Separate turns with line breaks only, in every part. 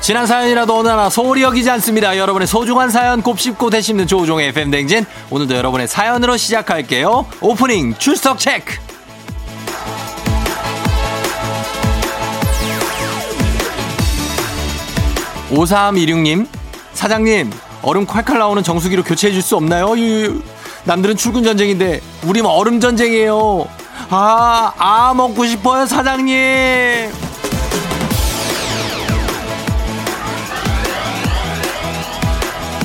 지난 사연이라도 어느 하나 소홀히 여기지 않습니다. 여러분의 소중한 사연 곱씹고 되씹는 조우종의 FM댕진. 오늘도 여러분의 사연으로 시작할게요. 오프닝 출석 체크! (5326님) 사장님 얼음 콸콸 나오는 정수기로 교체해 줄 수 없나요? 유유. 남들은 출근 전쟁인데 우린 얼음 전쟁이에요. 아, 아 먹고 싶어요, 사장님. 1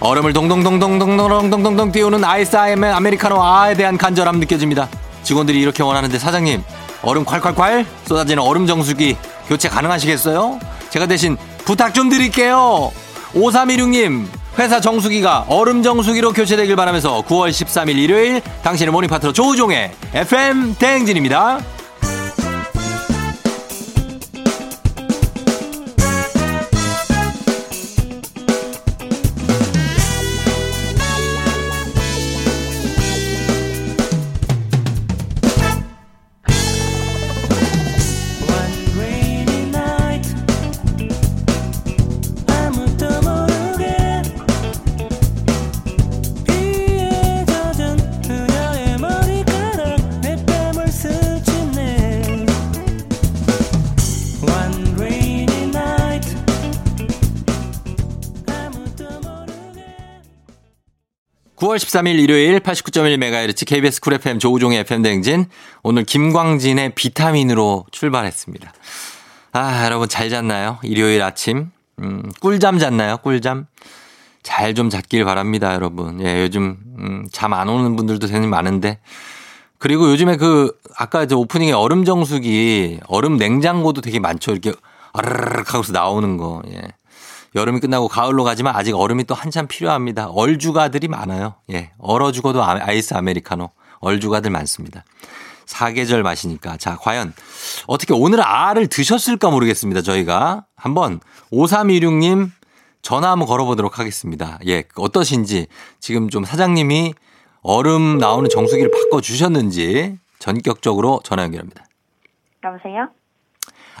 얼음을 동동동동동동동동동 띄우는 아이스 아이맨 아메리카노 아에 대한 간절함 느껴집니다. 직원들이 이렇게 원하는데 사장님 얼음 콸콸콸 쏟아지는 얼음 정수기 교체 가능하시겠어요? 제가 대신 부탁 좀 드릴게요. 5316님 회사 정수기가 얼음 정수기로 교체되길 바라면서 9월 13일 일요일 당신의 모닝 파트로 조우종의 FM 대행진입니다. 9월 13일 일요일 89.1MHz KBS 쿨 FM 조우종의 FM 대행진 오늘 김광진의 비타민으로 출발했습니다. 아 여러분 잘 잤나요? 일요일 아침 음, 꿀잠 잤나요? 꿀잠 잘 좀 잤길 바랍니다, 여러분. 예, 요즘 잠 안 오는 분들도 되게 많은데 그리고 요즘에 그 아까 저 오프닝에 얼음 정수기, 얼음 냉장고도 되게 많죠. 이렇게 아르르륵 하고서 나오는 거. 예. 여름이 끝나고 가을로 가지만 아직 얼음이 또 한참 필요합니다. 얼주가들이 많아요. 예. 얼어 죽어도 아- 아이스 아메리카노. 얼주가들 많습니다. 사계절 맛이니까. 자, 과연 어떻게 오늘 알을 드셨을까 모르겠습니다. 저희가 한번 5326님 전화 한번 걸어보도록 하겠습니다. 예, 어떠신지 지금 좀 사장님이 얼음 나오는 정수기를 바꿔 주셨는지 전격적으로 전화 연결합니다.
여보세요?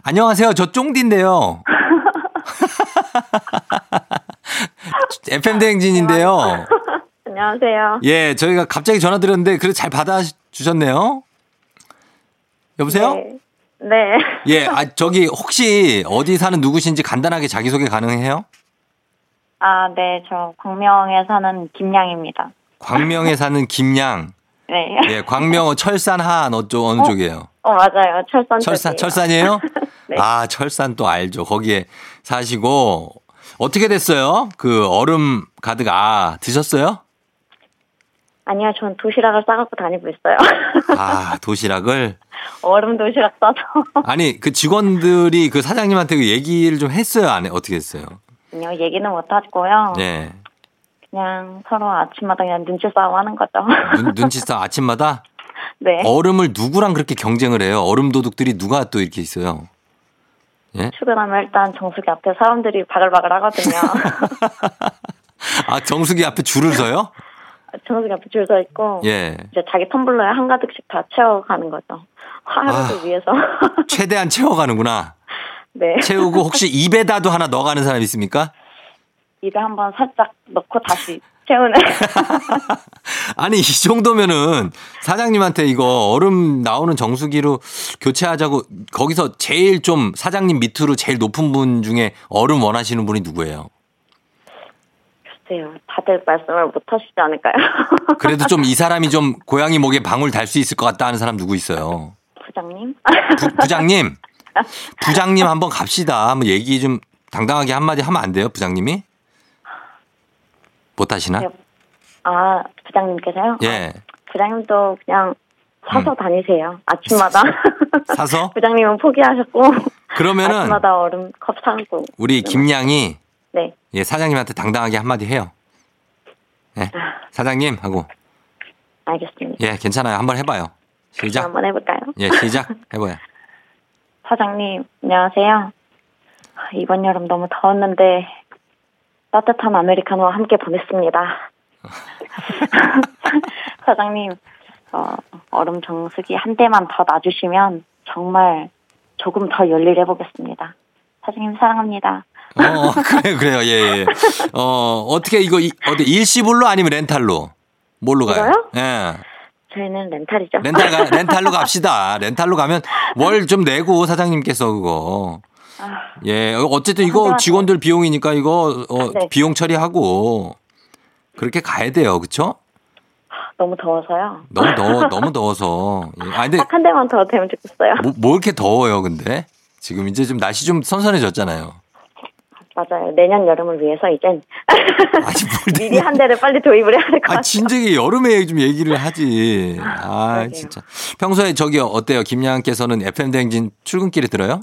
안녕하세요, 저 쫑디인데요. FM 대행진인데요.
안녕하세요.
예, 저희가 갑자기 전화 드렸는데 그래 도잘 받아 주셨네요. 여보세요?
네. 네.
예, 아 저기 혹시 어디 사는 누구신지 간단하게 자기 소개 가능해요?
아, 네. 저 광명에 사는 김양입니다.
광명에 사는 김양.
네.
예, 광명 철산 하안 어쪽 어느
어?
쪽이에요?
어, 맞아요. 철산
철산
쪽이에요.
철산이에요?
네.
아, 철산 또 알죠. 거기에 사시고 어떻게 됐어요? 그 얼음 가득 아 드셨어요?
아니요. 전 도시락을 싸갖고 다니고 있어요.
아, 도시락을
얼음 도시락 싸서.
아니, 그 직원들이 그 사장님한테 그 얘기를 좀 했어요? 안 해? 어떻게 했어요?
아니요. 얘기는 못하고요.
예.
그냥 서로 아침마다 그냥 눈치 싸움 하는 거죠.
눈, 눈치싸 아침마다
네.
얼음을 누구랑 그렇게 경쟁을 해요? 얼음 도둑들이 누가 또 이렇게 있어요?
출근하면 일단 정수기 앞에 사람들이 바글바글 하거든요.
아, 정수기 앞에 줄을 서요?
정수기 앞에 줄 서 있고.
예.
이제 자기 텀블러에 한 가득씩 다 채워가는 거죠. 화를
아.
위해서.
최대한 채워가는구나.
네.
채우고 혹시 입에다도 하나 넣어가는 사람 있습니까?
입에 한번 살짝 넣고 다시 채우는.
아니 이 정도면은 사장님한테 이거 얼음 나오는 정수기로 교체하자고 거기서 제일 좀 사장님 밑으로 제일 높은 분 중에 얼음 원하시는 분이 누구예요?
글쎄요, 네, 다들 말씀을 못 하시지 않을까요?
그래도 좀 이 사람이 좀 고양이 목에 방울 달 수 있을 것 같다 하는 사람 누구 있어요?
부장님?
부, 부장님 부장님 한번 갑시다 한번 얘기 좀 당당하게 한마디 하면 안 돼요 부장님이? 못 하시나?
네. 아, 부장님께서요?
예
부장님도 그냥
음.
사서 다니세요. 아침마다.
사서
부장님은 포기하셨고,
그러면은
아침마다 얼음 컵 사고.
우리 김양이
네.
예, 사장님한테 당당하게 한마디 해요. 예.
아.
사장님 하고
알겠습니다.
예, 괜찮아요. 한번 해봐요. 시작.
한번 해볼까요?
예, 시작 해봐요.
사장님, 안녕하세요. 아, 이번 여름 너무 더웠는데 따뜻한 아메리카노와 함께 보냈습니다. 사장님, 어, 얼음 정수기 한 대만 더 놔주시면 정말 조금 더 열일해 보겠습니다. 사장님 사랑합니다.
어, 그래, 요 그래요. 예, 예. 어, 어떻게 이거, 이, 어디, 일시불로 아니면 렌탈로? 뭘로 가요?
이거요?
예.
저희는 렌탈이죠.
렌탈 가, 렌탈로 갑시다. 렌탈로 가면 월 좀 내고 사장님께서 그거.
아,
예, 어쨌든 이거
감사합니다.
직원들 비용이니까 이거 어,
네.
비용 처리하고 그렇게 가야 돼요, 그렇죠?
너무 더워서요.
너무 더워, 너무 더워서. 예. 아 근데
딱 한 대만 더 되면 좋겠어요.
뭐, 뭐 이렇게 더워요, 근데 지금 이제 좀 날씨 좀 선선해졌잖아요.
맞아요. 내년 여름을 위해서 이젠
아니 뭘
미리 한 대를 빨리 도입을 해야 될 것
아,
같아요.
진작에 여름에 좀 얘기를 하지. 아,
그러게요.
진짜. 평소에 저기 어때요? 김양께서는 FM 대행진 출근길에 들어요?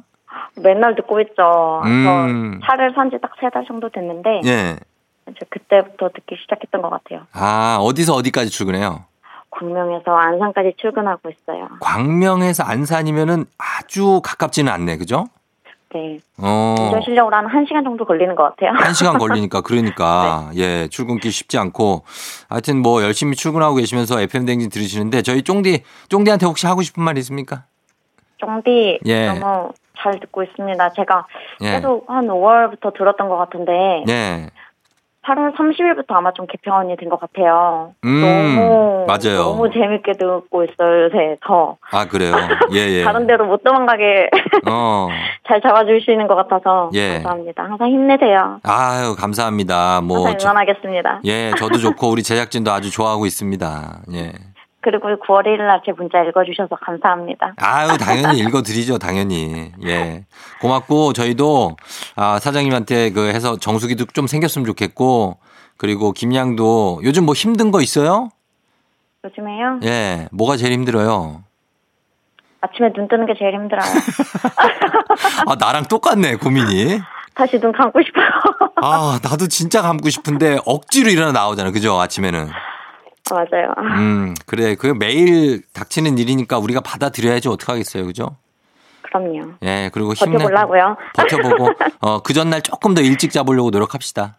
맨날 듣고 있죠.
음.
저 차를 산 지 딱 세 달 정도 됐는데
예.
저 그때부터 듣기 시작했던 것 같아요.
아, 어디서 어디까지 출근해요?
광명에서 안산까지 출근하고 있어요.
광명에서 안산이면은 아주 가깝지는 않네, 그죠?
네.
어.
운전실력으로 한 1시간 정도 걸리는 것 같아요.
한 시간 걸리니까 그러니까
네.
예 출근길 쉽지 않고 하여튼 뭐 열심히 출근하고 계시면서 FM 댕진 들으시는데 저희 쫑디 쫑디한테 혹시 하고 싶은 말 있습니까?
쫑디
예.
너무 잘 듣고 있습니다. 제가
예.
계속 한 5월부터 들었던 것 같은데
예.
8월 30일부터 아마 좀 개편이 된 것 같아요.
음,
너무
맞아요.
너무 재밌게 듣고 있어요. 요새 더
아 그래요. 예 예.
다른 데로 못 도망가게
어.
잘 잡아주시는 것 같아서
예.
감사합니다. 항상 힘내세요.
아유 감사합니다. 뭐
항상
저-
응원하겠습니다.
예, 저도 좋고 우리 제작진도 아주 좋아하고 있습니다. 예.
그리고 9월 1일 날 제 문자 읽어주셔서 감사합니다.
아유, 당연히 읽어드리죠, 당연히. 예. 고맙고, 저희도, 아, 사장님한테 그 해서 정수기도 좀 생겼으면 좋겠고, 그리고 김양도 요즘 뭐 힘든 거 있어요?
요즘에요?
예, 뭐가 제일 힘들어요?
아침에 눈 뜨는 게 제일 힘들어요.
아, 나랑 똑같네, 고민이.
다시 눈 감고 싶어요.
아, 나도 진짜 감고 싶은데 억지로 일어나 나오잖아, 그죠? 아침에는.
맞아요.
음, 그래. 그 매일 닥치는 일이니까 우리가 받아들여야지 어떡하겠어요, 그죠?
그럼요.
예, 그리고 힘내. 예.
버텨보려고요.
버텨보고 어, 그 전날 조금 더 일찍 잡으려고 노력합시다.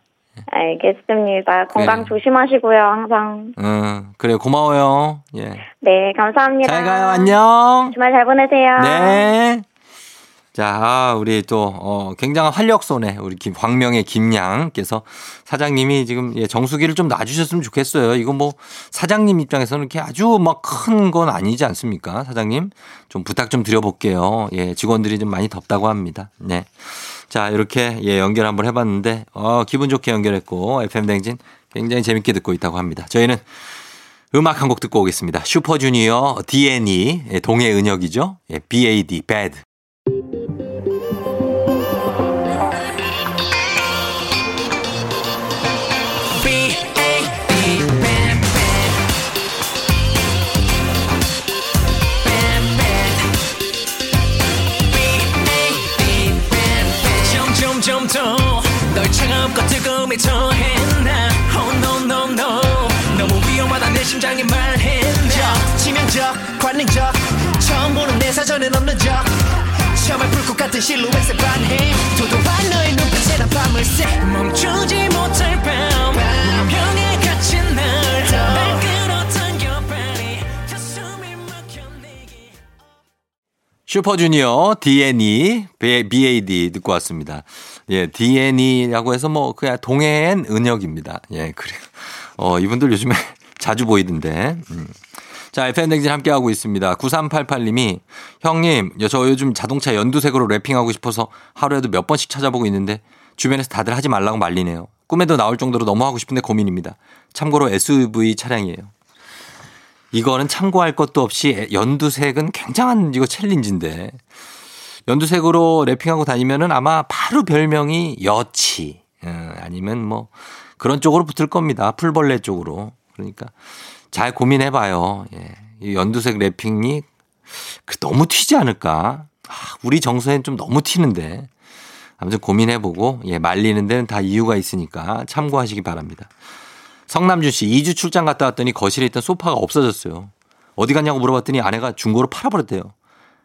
알겠습니다.
네.
건강 조심하시고요. 항상.
음, 그래 고마워요. 예.
네, 감사합니다.
잘 가요. 안녕.
주말 잘 보내세요.
네. 자, 아, 우리 또 어, 굉장한 활력소네. 우리 김, 광명의 김양께서 사장님이 지금 예, 정수기를 좀 놔주셨으면 좋겠어요. 이거 뭐 사장님 입장에서는 이렇게 아주 막 큰 건 아니지 않습니까, 사장님? 좀 부탁 좀 드려볼게요. 예, 직원들이 좀 많이 덥다고 합니다. 네. 자, 이렇게 예, 연결 한번 해봤는데 어, 기분 좋게 연결했고 FM 댕진 굉장히 재밌게 듣고 있다고 합니다. 저희는 음악 한 곡 듣고 오겠습니다. 슈퍼주니어 DNE 예, 동해 은혁이죠. 예, BAD Bad.
점점 점더널 차갑고 뜨거움에 처했나 Oh no no no 너무 위험하다 내 심장이 말했나 치명적 관능적 처음 보는 내 사전엔 없는 적 처음에 불꽃 같은 실루엣에 반해 도도한 너의 눈빛에 난 밤을 새 멈추지 못할 밤 운명에 갇힌 날날 끌어탄 겨발이 가슴이 막혀 내게
슈퍼주니어 E, DNE BAD 듣고 왔습니다. 예, DNE라고 해서 뭐 그냥 동해엔 은혁입니다. 예, 그래요. 어, 이분들 요즘에 자주 보이던데. 음. 자, FN댕진 함께하고 있습니다. 9388님이, 형님, 저 요즘 자동차 연두색으로 랩핑하고 싶어서 하루에도 몇 번씩 찾아보고 있는데, 주변에서 다들 하지 말라고 말리네요. 꿈에도 나올 정도로 너무 하고 싶은데 고민입니다. 참고로 SUV 차량이에요. 이거는 참고할 것도 없이 연두색은 굉장한 이거 챌린지인데, 연두색으로 랩핑하고 다니면은 아마 바로 별명이 여치, 음, 아니면 뭐, 그런 쪽으로 붙을 겁니다. 풀벌레 쪽으로. 그러니까 잘 고민해봐요. 예. 이 연두색 랩핑이 그 너무 튀지 않을까? 아, 우리 정서엔 좀 너무 튀는데. 아무튼 고민해보고, 예, 말리는 데는 다 이유가 있으니까 참고하시기 바랍니다. 성남준 씨, 2주 출장 갔다 왔더니 거실에 있던 소파가 없어졌어요. 어디 갔냐고 물어봤더니 아내가 중고로 팔아버렸대요.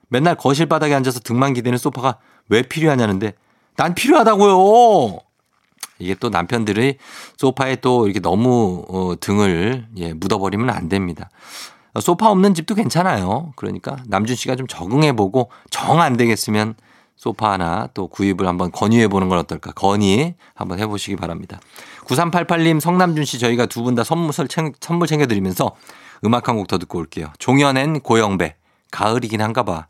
맨날 거실 바닥에 앉아서 등만 기대는 소파가 왜 필요하냐는데 난 필요하다고요. 이게 또 남편들의 소파에 또 이렇게 너무 어, 등을 예, 묻어버리면 안 됩니다. 소파 없는 집도 괜찮아요. 그러니까 남준 씨가 좀 적응해보고 정 안 되겠으면 소파 하나 또 구입을 한번 건의해 보는 건 어떨까. 건의 한번 해보시기 바랍니다. 9388님 성남준 씨 저희가 두 분 다 선물, 챙- 선물 챙겨드리면서 음악 한 곡 더 듣고 올게요. 종현엔 고영배. 가을이긴 한가 봐.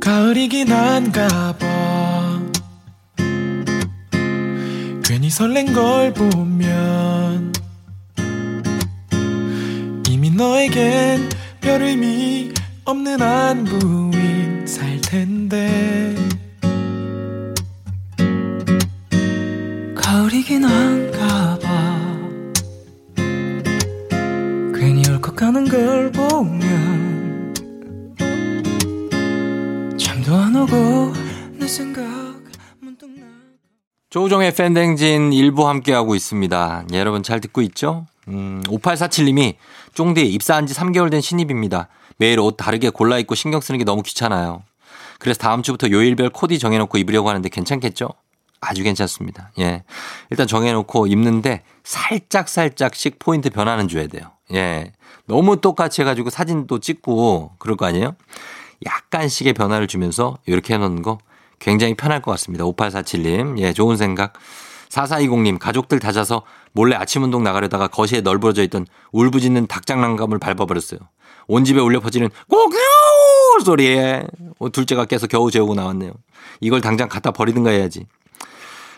가을이긴 한가 봐 괜히 설렌 걸 보면 이미 너에겐 별 의미 없는 안부인 살 텐데 가을이긴 한가 봐 괜히 울컥 하는 걸 보면 잠도 안 오고 내 생각 문득 나
조우종의 팬댕진 일부 함께하고 있습니다. 예, 여러분 잘 듣고 있죠? 음, 5847님이 쫑디 입사한 지 3개월 된 신입입니다. 매일 옷 다르게 골라 입고 신경 쓰는 게 너무 귀찮아요. 그래서 다음 주부터 요일별 코디 정해놓고 입으려고 하는데 괜찮겠죠? 아주 괜찮습니다. 예. 일단 정해놓고 입는데 살짝살짝씩 포인트 변화는 줘야 돼요. 예. 너무 똑같이 해가지고 사진도 찍고 그럴 거 아니에요? 약간씩의 변화를 주면서 이렇게 해놓는 거 굉장히 편할 것 같습니다. 5847님. 예, 좋은 생각. 4420님, 가족들 다자서 몰래 아침 운동 나가려다가 거시에 널브러져 있던 울부짖는 닭장난감을 밟아버렸어요. 온 집에 울려 퍼지는 꼬규 소리에 어, 둘째가 깨서 겨우 재우고 나왔네요. 이걸 당장 갖다 버리든가 해야지.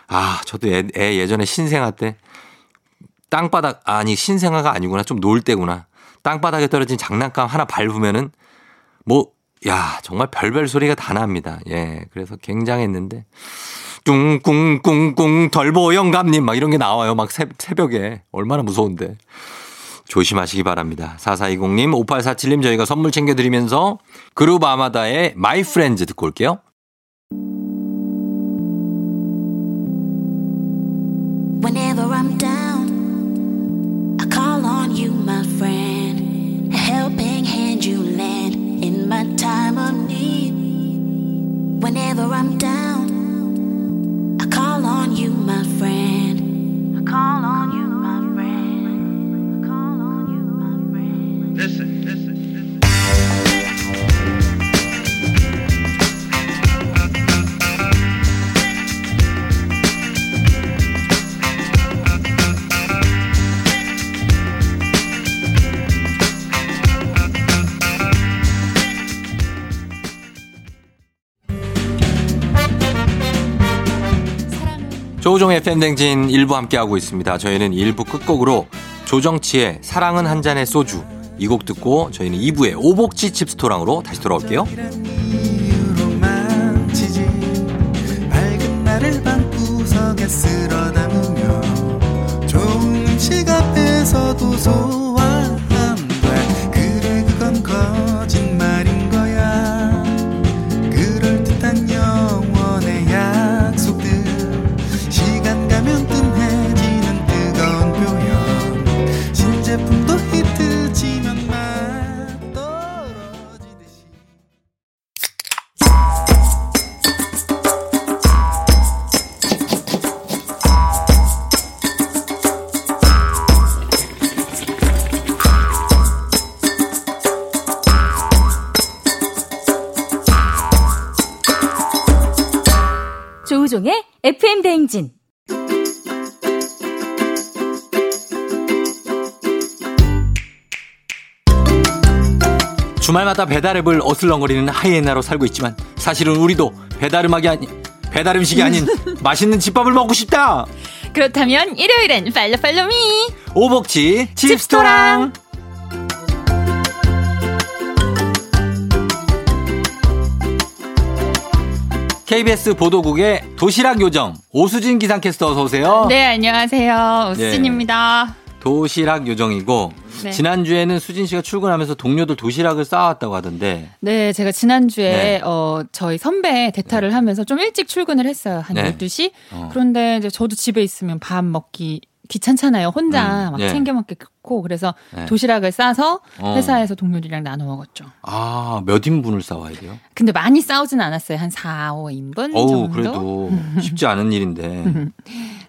아, 저도 애, 애 예전에 신생아 때 땅바닥 아니 신생아가 아니구나 좀 놀 때구나 땅바닥에 떨어진 장난감 하나 밟으면은 뭐 야 정말 별별 소리가 다 납니다. 예, 그래서 굉장했는데 꿍꿍꿍꿍 덜보영감님 막 이런 게 나와요. 막 새, 새벽에 얼마나 무서운데 조심하시기 바랍니다. 4420님, 5847님 저희가 선물 챙겨드리면서 그룹 아마다의 마이 프렌즈 듣고 올게요.
Whenever I'm down, I call on you, my friend. A helping hand you lend in my time of need. Whenever I'm down, I call on you, my friend. I call on you, my friend. I call on you, my friend.
조우종의 팬댕진 일부 함께하고 있습니다. 저희는 일부 끝곡으로 조정치의 사랑은 한 잔의 소주 이 곡 듣고 저희는 2부에 오복지 칩스토랑으로 다시 돌아올게요.
이런 이유로만 지지 밝은 날을 방구석에 쓸어 담으며 좋은 음식 앞에서도 소화 안돼 그래 그건 거짓말인 거야 그럴듯한 영원의 약속들 시간 가면 뜸해지는 뜨거운 표현 신제품도 히트치면 막 떨어지듯이
조우종의 FM 대행진.
주말마다 배달앱을 어슬렁거리는 하이에나로 살고 있지만 사실은 우리도 배달음악이 아니 배달 음식이 아닌 맛있는 집밥을 먹고 싶다.
그렇다면 일요일엔 팔로 팔로미.
오복지 칩스토랑. KBS 보도국의 도시락 요정 오수진 기상캐스터 어서 오세요.
네 안녕하세요 우스진입니다.
도시락 요정이고
네.
지난주에는 수진 씨가 출근하면서 동료들 도시락을 쌓아왔다고 하던데
네, 제가 지난주에
네.
어, 저희 선배 대타를 하면서 좀 일찍 출근을 했어요. 한
네.
12시.
어.
그런데 이제 저도 집에 있으면 밥 먹기 귀찮잖아요. 혼자
음,
막
예.
챙겨 먹기 그렇고 그래서
네.
도시락을 싸서
어.
회사에서 동료들이랑 나눠 먹었죠.
아, 몇 인분을 싸와야 돼요?
근데 많이 싸우진 않았어요. 한 4, 5인분
어우,
정도.
그래도 쉽지 않은 일인데.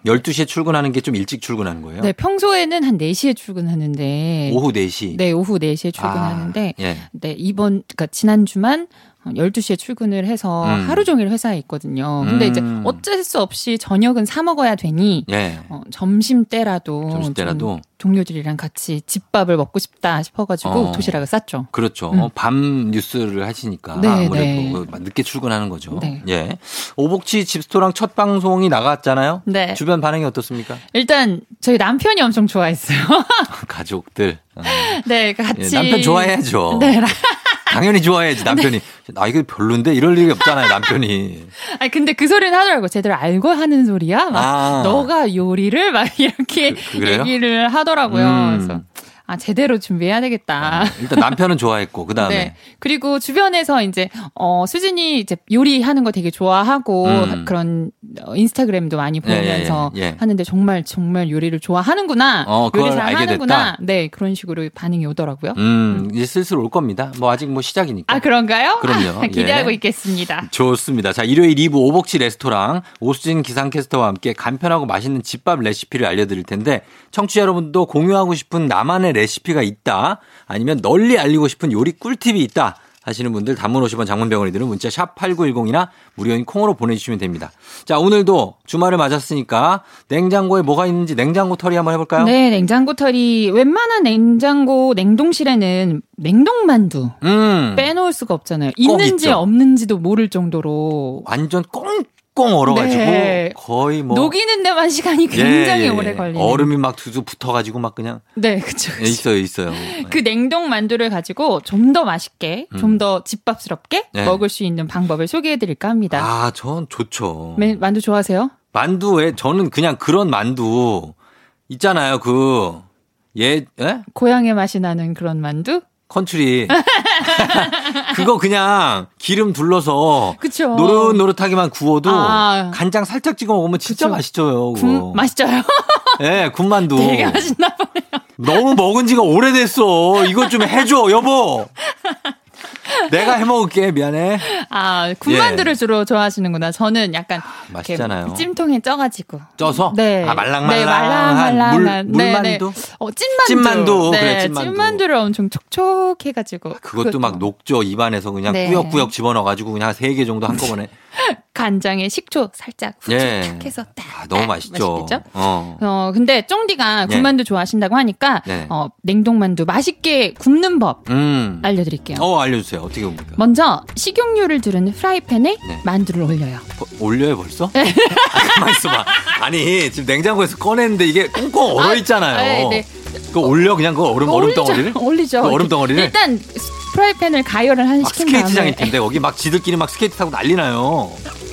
12시에 출근하는 게 좀 일찍 출근하는 거예요?
네, 평소에는 한 4시에 출근하는데
오후 4시.
네, 오후 4시에 출근하는데
아, 예.
네, 이번 그러니까 지난주만 12시에 출근을 해서
음.
하루 종일 회사에 있거든요. 근데 이제
음.
어쩔 수 없이 저녁은 사 먹어야 되니
예.
어, 점심 때라도
점심 때라도?
동료들이랑 같이 집밥을 먹고 싶다 싶어가지고
어.
도시락을 쌌죠.
그렇죠.
음.
어, 밤 뉴스를 하시니까
네,
아무래도 그 늦게 출근하는 거죠.
네.
예. 오복치 집스토랑 첫 방송이 나갔잖아요.
네.
주변 반응이 어떻습니까?
일단 저희 남편이 엄청 좋아했어요.
가족들. 어.
네,
예,
같이
남편 좋아해야죠.
네, 라-
당연히 좋아해야지 남편이. 아 이거 별론데 이럴 일이 없잖아요 남편이.
아니 근데 그 소리는 하더라고. 제대로 알고 하는 소리야. 막
아.
너가 요리를 막 이렇게
그- 그래요?
얘기를 하더라고요.
음. 아.
그래서 아 제대로 준비해야 되겠다.
일단 남편은 좋아했고 그 다음에
네. 그리고 주변에서 이제 어 수진이 이제 요리하는 거 되게 좋아하고
음.
그런 어, 인스타그램도 많이 보면서
예, 예, 예.
하는데 정말 정말 요리를 좋아하는구나.
어, 그걸
요리 잘
알게
하는구나.
됐다.
네. 그런 식으로 반응이 오더라고요.
음 이제 슬슬 올 겁니다. 뭐 아직 뭐 시작이니까.
아, 그런가요?
그럼요.
아, 기대하고
예.
있겠습니다.
좋습니다. 자, 일요일 2부 오복치 레스토랑 오수진 기상캐스터와 함께 간편하고 맛있는 집밥 레시피를 알려드릴 텐데 청취자 여러분도 공유하고 싶은 나만의 레시피가 있다 아니면 널리 알리고 싶은 요리 꿀팁이 있다 하시는 분들 단문 50원 장문병원이 드는 문자 샵 8910이나 무료인 콩으로 보내주시면 됩니다. 자, 오늘도 주말을 맞았으니까 냉장고에 뭐가 있는지 냉장고 털이 한번 해볼까요?
네, 냉장고 털이 웬만한 냉장고 냉동실에는 냉동만두
음,
빼놓을 수가 없잖아요.
꼭
있는지
있죠.
없는지도 모를 정도로
완전 꽁꽁 얼어가지고
네.
거의 뭐
녹이는 데만 시간이
예,
굉장히
예, 예.
오래 걸리는.
얼음이 막 두두 붙어가지고 막 그냥
네, 그렇죠.
예, 있어요, 있어요.
그 냉동 만두를 가지고 좀 더 맛있게,
음.
좀 더 집밥스럽게
네.
먹을 수 있는 방법을 소개해드릴까 합니다.
아, 전 좋죠.
맨- 만두 좋아하세요?
만두에 저는 그냥 그런 만두 있잖아요. 그 예, 예?
고향의 맛이 나는 그런 만두?
컨츄리. 그거 그냥 기름 둘러서
그쵸.
노릇노릇하게만 구워도
아.
간장 살짝 찍어 먹으면 진짜
그쵸.
맛있죠.
군, 맛있죠요?
예, 군만두.
되게 맛있나 봐요.
너무 먹은 지가 오래됐어. 이것 좀 해줘, 여보. 내가 해 먹을게. 미안해.
아, 군만두를
예.
주로 좋아하시는구나. 저는 약간 이렇게
맛있잖아요.
찜통에 쪄가지고.
쪄서?
네.
아, 말랑말랑한
네, 말랑말랑한.
물- 물만두?
어, 찐만두.
찐만두.
네,
그래, 찐만두. 아,
를 엄청 촉촉해가지고.
그것도 막 녹죠. 입안에서 그냥
그렇죠. 네.
꾸역꾸역 집어넣어가지고 그냥 세 개 정도 한꺼번에.
간장에 식초 살짝
예.
후추 탁 해서 딱.
아, 너무 맛있죠.
맛있겠죠?
어.
어, 근데 쫑디가
네.
군만두 좋아하신다고 하니까
네.
어, 냉동만두 맛있게 굽는 법
음.
알려드릴게요.
어, 알려주세요. 어떻게 봅니까?
먼저 식용유를 두른 프라이팬에
네.
만두를 올려요.
버- 올려요, 벌써? 아, 가만 있어봐. 아니, 지금 냉장고에서 꺼냈는데 이게 꽁꽁 얼어 있잖아요.
아, 네, 네.
그거 올려, 그냥 그거 얼음, 얼음
뭐 올리죠.
덩어리를?
올리죠.
그 얼음 덩어리를?
일단 프라이팬을 가열을 한
막
시킨 다음에
스케이트장일 텐데, 거기 막 지들끼리 막 스케이트 타고 난리 나요.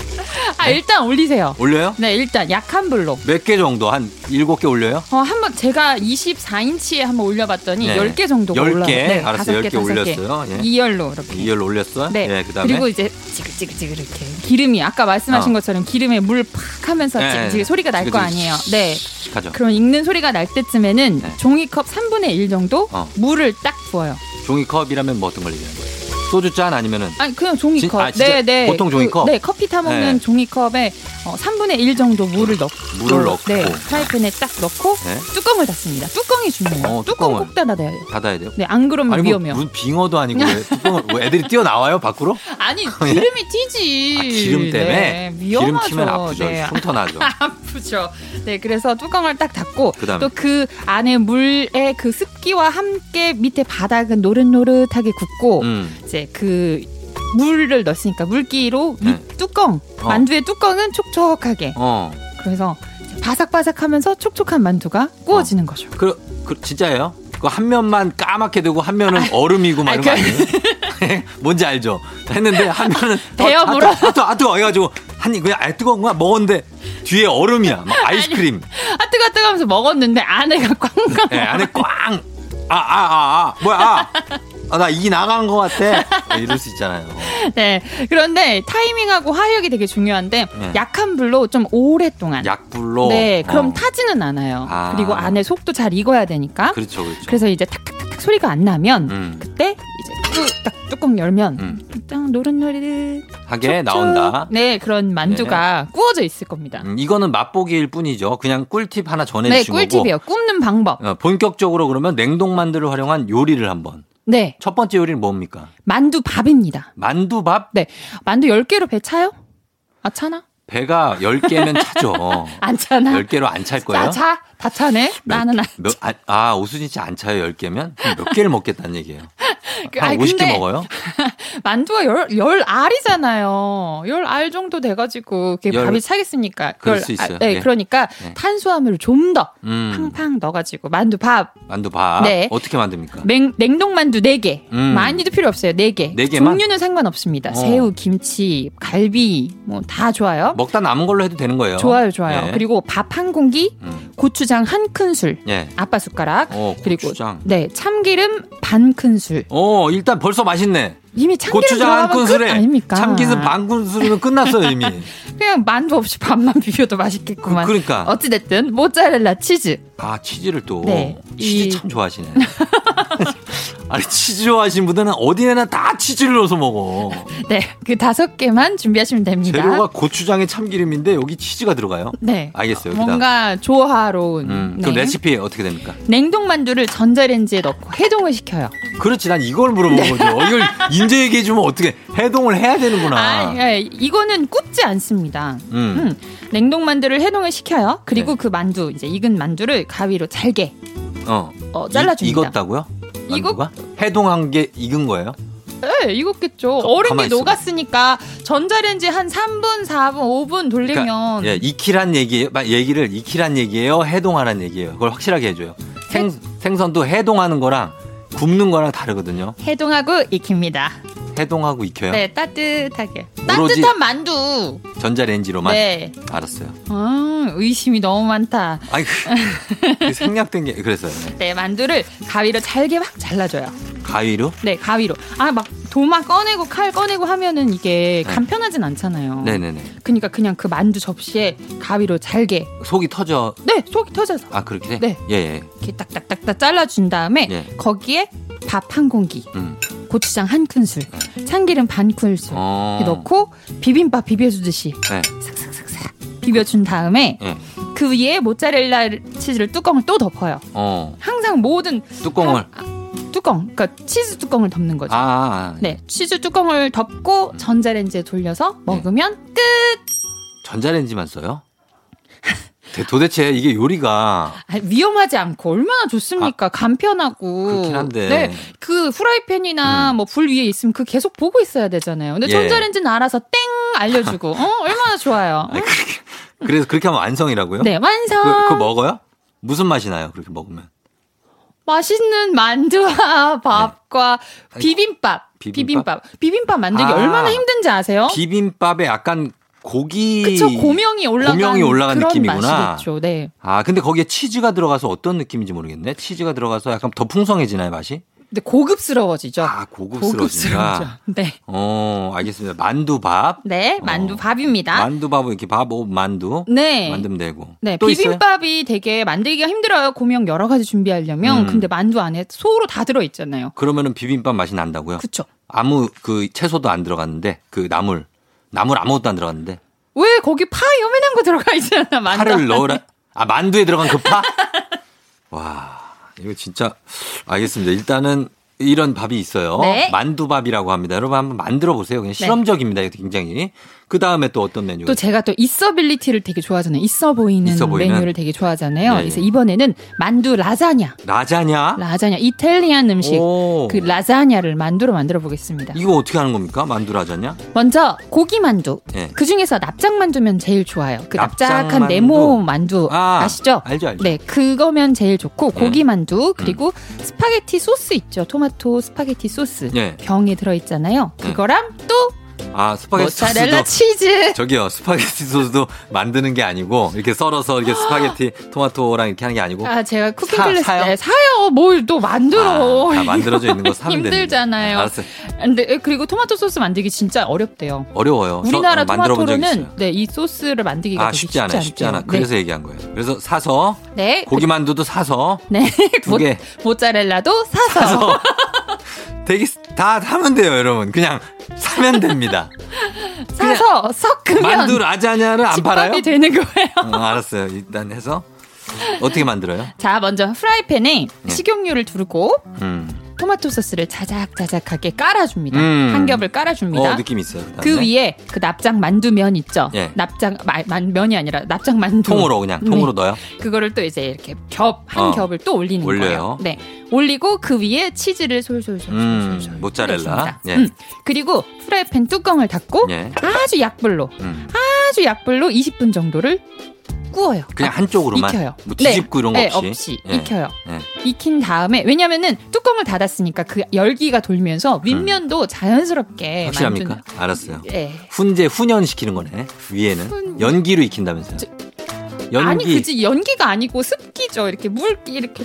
아 일단 올리세요.
올려요?
네 일단 약한 불로.
몇 개 정도? 한 일곱 개 올려요?
어, 한번 제가 24인치에 한번 올려봤더니
네.
10개 정도가
열 개?
올라요 네,
알았어요.
다섯
열개
다섯
올렸어요. 예.
이열로 이렇게.
이열로 올렸어?
네.
그 다음에.
그리고 이제 지글지글지글 이렇게 기름이 아까 말씀하신
어.
것처럼 기름에 물 팍 하면서
네,
지글지글
네.
소리가 날 거
지글지글.
아니에요. 네.
가죠.
그럼 익는 소리가 날 때쯤에는
네.
종이컵 3분의 1 정도
어.
물을 딱 부어요.
종이컵이라면 뭐 어떤 걸 얘기하는 거예요? 소주잔 아니면은.
아니 그냥 종이컵.
진- 아, 진짜 보통 종이컵?
그, 네, 커피 타 먹는
네.
종이컵에 어, 3분의 1 정도 물을 넣고
물을 넣고.
네, 프라이팬에 딱 넣고
네.
뚜껑을 닫습니다. 뚜껑이 중요해요.
어,
뚜껑
뚜껑을.
꼭 닫아야 돼요.
닫아야 돼요?
네, 안 그러면
아니, 뭐,
위험해요.
무슨 빙어도 아니고, 왜 뚜껑을, 뭐 애들이 뛰어나와요, 밖으로?
아니 기름이 튀지.
예? 아, 기름 때문에
네,
기름
위험하죠.
튀면 아프죠.
네,
흉터 나죠.
아프죠. 네, 그래서 뚜껑을 딱 닫고
그다음에?
또 그 안에 물의 그 습기와 함께 밑에 바닥은 노릇노릇하게 굽고
음.
이제 그 물을 넣었으니까 물기로
네.
밑 뚜껑
어.
만두의 뚜껑은 촉촉하게
어.
그래서 바삭바삭하면서 촉촉한 만두가 구워지는 거죠.
그, 그 진짜예요? 그 한 면만 까맣게 되고 한 면은 얼음이고 막
아,
이런 거 아니에요? 뭔지 알죠? 했는데 한 면은
배어
아,
그 물어.
아, 뜨거, 아, 뜨거, 아, 뜨거 해가지고 한입 그냥 아 뜨거운 거야 먹었는데 뒤에 얼음이야. 막 아이스크림.
아 뜨거 뜨거하면서 먹었는데 안에가 꽝꽝.
예, 안에 꽝. 아, 아, 아, 아. 뭐야, 아. 아, 나 이 나간 거 같아. 이럴 수 있잖아요.
네. 그런데 타이밍하고 화력이 되게 중요한데
네.
약한 불로 좀 오랫동안.
약불로.
네. 그럼
어.
타지는 않아요.
아.
그리고 안에 속도 잘 익어야 되니까.
그렇죠, 그렇죠.
그래서 이제 탁탁탁탁 소리가 안 나면
음.
그때 이제 뚜- 딱 뚜껑 열면
음.
딱 노릇노릇
하게 나온다. 네.
네, 그런 만두가 구워져 있을 겁니다.
음, 이거는 맛보기일 뿐이죠. 그냥 꿀팁 하나
네,
전해주신
꿀팁이에요.
거고.
굽는 방법.
어, 본격적으로 그러면 냉동 만두를 활용한 요리를 한번.
네,
첫 번째 요리는 뭡니까?
만두밥입니다.
만두밥
네, 만두 10개로 배 차요? 아, 차나?
배가 10개면 차죠.
안 차나?
10개로 안 찰 거예요?
자, 차. 다 차네?
몇-
나는 안
몇- 아, 아, 오수진 씨 안 차요, 10개면? 그럼 몇 개를 먹겠다는 얘기예요.
그,
한
아니,
50개
근데
먹어요?
만두가 열, 열 알이잖아요. 열 알 정도 돼가지고 그게
열-
밥이 차겠습니까?
그럴
열
수
알-
있어요.
네,
예.
그러니까
예.
탄수화물을 좀 더
음.
팡팡 넣어가지고 만두밥
만두밥.
네.
어떻게 만듭니까?
냉, 냉동만두 4개.
음.
많이도 필요 없어요. 4개.
네 개만?
종류는 상관없습니다.
어.
새우, 김치, 갈비 뭐 다 좋아요.
먹다 남은 걸로 해도 되는 거예요.
좋아요, 좋아요.
예.
그리고 밥 한 공기,
음.
고추장 한 큰술,
예.
아빠 숟가락,
어,
그리고
고추장.
네 참기름 반 큰술.
어, 일단 벌써 맛있네.
이미 참기름
고추장 한
들어가면 끝
큰술에
아닙니까?
참기름 반 큰술이면 끝났어요, 이미.
그냥 만두 없이 밥만 비벼도 맛있겠구만.
그러니까.
어찌됐든 모짜렐라 치즈.
아, 치즈를 또.
네.
치즈
이-
참 좋아하시네. 아니, 치즈 좋아하시는 분들은 어디에나 다 치즈를 넣어서 먹어.
네, 그 다섯 개만 준비하시면 됩니다.
재료가 고추장에 참기름인데 여기 치즈가 들어가요?
네.
알겠어요. 여기다.
뭔가 조화로운.
음,
네.
그럼 레시피 어떻게 됩니까?
냉동 만두를 전자레인지에 넣고 해동을 시켜요.
그렇지, 난 이걸 물어본 거죠. 이걸 인제 얘기해주면 어떻게 해동을 해야 되는구나.
네. 아, 예, 이거는 굽지 않습니다.
음. 네.
음, 냉동 만두를 해동을 시켜요. 그리고 그 만두 이제 익은 만두를 가위로 잘게
어.
어, 잘라줍니다.
이- 익었다고요?
익었-
만두가? 해동한 게 익은 거예요?
네, 익었겠죠.
가- 가만히
얼음이
있어봐.
녹았으니까 전자레인지 한 3분, 4분, 5분 돌리면
그러니까, 예, 익히란 얘기예요. 막 얘기를 익히란 얘기예요. 해동하란 얘기예요. 그걸 확실하게 해줘요. 생,
네.
생선도 해동하는 거랑 굽는 거랑 다르거든요.
해동하고 익힙니다.
해동하고 익혀요.
네, 따뜻하게.
오로지-
따뜻한 만두.
전자레인지로만.
네.
알았어요.
아, 의심이 너무 많다.
아이 그 생략된 게 그래서요.
네, 만두를 가위로 잘게 막 잘라줘요.
가위로?
네, 가위로. 아, 막 도마 꺼내고 칼 꺼내고 하면은 이게
네.
간편하진 않잖아요.
네네네.
그러니까 그냥 그 만두 접시에 가위로 잘게.
속이 터져.
네, 속이 터져서
아 그렇게 돼?
네.
예, 예.
이렇게 딱딱딱딱 잘라준 다음에
네.
거기에 밥 한 공기,
음.
고추장 한 큰술, 참기름 반 큰술
네. 어.
이렇게 넣고 비빔밥 비벼주듯이
네.
비벼준 다음에
예.
그 위에 모짜렐라 치즈를 뚜껑을 또 덮어요.
어.
항상 모든
뚜껑을.
뚜껑, 그러니까 치즈 뚜껑을 덮는
아. 음.
거죠.
아, 아.
네, 치즈 뚜껑을 덮고 전자레인지에 돌려서
네.
먹으면 끝.
전자레인지만 써요? 대- 도대체 이게 요리가
아, 위험하지 않고 얼마나 좋습니까? 간편하고.
아, 그렇긴 한데. 음.
네, 그 후라이팬이나 뭐 불 위에 있으면 그 계속 보고 있어야 되잖아요. 근데
예.
전자레인지는 알아서 땡 알려주고, 어 얼마나 좋아요.
아니, 그렇게- 그래서 그렇게 하면 완성이라고요?
네, 완성.
그, 그거 먹어요? 무슨 맛이 나요? 그렇게 먹으면
맛있는 만두와 밥과 비빔밥.
네. 비빔밥?
비빔밥. 비빔밥 만들기
아.
얼마나 힘든지 아세요?
비빔밥에 약간 고기
어? 그쵸 고명이 올라간
고명이 올라간
그런
느낌이구나.
맛이겠죠. 네.
아 근데 거기에 치즈가 들어가서 어떤 느낌인지 모르겠네. 치즈가 들어가서 약간 더 풍성해지나요 맛이?
근데 고급스러워지죠.
아 고급스러워진다.
네.
어 알겠습니다. 만두밥,
네,
어.
만두밥입니다.
만두밥은 이렇게 밥, 오, 만두
네.
만들면 되고.
네,
또 있어요?
비빔밥이 되게 만들기가 힘들어요. 고명 여러 가지 준비하려면.
음.
근데 만두 안에 소로 다 들어 있잖아요.
그러면은 비빔밥 맛이 난다고요?
그쵸
아무 그 채소도 안 들어갔는데 그 나물 나물 아무것도 안 들어갔는데
왜 거기 파 여매난 거 들어가 있잖아. 만두.
파를
안에.
넣으라 아 만두에 들어간 그 파? 와 이거 진짜 알겠습니다. 일단은 이런 밥이 있어요.
네.
만두밥이라고 합니다. 여러분 한번 만들어 보세요. 그냥 실험적입니다. 이거 굉장히 그 다음에 또 어떤 메뉴?
또 제가 또 있어빌리티를 되게 좋아하잖아요. 있어 보이는,
있어 보이는.
메뉴를 되게 좋아하잖아요.
네,
그래서
네.
이번에는 만두 라자냐.
라자냐?
라자냐 이탈리안 음식
오.
그 라자냐를 만두로 만들어 보겠습니다.
이거 어떻게 하는 겁니까? 만두 라자냐?
먼저 고기 만두.
예.
그 중에서 납작 만두면 제일 좋아요. 그
납작
납작한
만두.
네모 만두
아,
아, 시죠
알죠, 네. 음. 알죠.
네, 그거면 제일 좋고 고기 만두 그리고 스파게티 소스 있죠. 토마토 스파게티 소스
예.
병에 들어 있잖아요. 그거랑 또
아 네. 스파게티
모짜렐라
소스도
치즈.
저기요 스파게티 소스도 만드는 게 아니고 이렇게 썰어서 이렇게 스파게티 토마토랑 이렇게 하는 게 아니고
아, 제가
뭐
쿠킹
사-
클래스
사요?
때 사요. 뭘 또 만들어.
아, 다 만들어져 있는 거 사면 되는
힘들잖아요.
알았어요.
근데 그리고 토마토 소스 만들기 진짜 어렵대요.
어려워요. 저
우리나라
만들어 본적 있어요.
토마토로는 네, 이 소스를 만들기가
아
되게
쉽지 않아요. 쉽지 않아.
않대요. 네.
그래서 얘기한 거예요. 그래서 사서
네.
고기 만두도 사서
네.
두
모,
개.
모짜렐라도 사서.
되게 다 하면 돼요, 여러분. 그냥 사면 됩니다.
사서 섞으면
만두 라자냐를 안
집밥이
팔아요?
되는 거예요.
어, 알았어요. 일단 해서 어떻게 만들어요?
자, 먼저
네.
프라이팬에 식용유를 두르고
음.
토마토 소스를 자작자작하게 깔아줍니다.
음.
한 겹을 깔아줍니다.
어, 느낌 있어요. 그다음에.
그 위에 그 납작 만두 면 있죠.
예.
납작 마- 만, 면이 아니라 납작 만두.
통으로 그냥
네.
통으로 넣어요.
그거를 또 이제 이렇게 겹 한
어.
겹을 또 올리는
올려요.
거예요. 네, 올리고 그 위에 치즈를 솔솔솔솔솔
음,
솔솔
모짜렐라.
뿌려줍니다.
예.
음. 그리고 프라이팬 뚜껑을 닫고
예.
아주 약불로
음.
아주 약불로 20분 정도를 구워요.
그냥
아,
한쪽으로만
익혀요.
뭐 뒤집고 이런 거
네,
없이. 예.
익혀요.
예.
익힌 다음에 왜냐면은 뚜껑을 닫았으니까 그 열기가 돌면서 윗면도 자연스럽게
확실합니까?
만두는-
알았어요.
예.
훈제 훈연 시키는 거네. 위에는
훈-
연기로 익힌다면서요.
저-
연기.
아니 그지 연기가 아니고 습기죠. 이렇게 물 이렇게 이렇게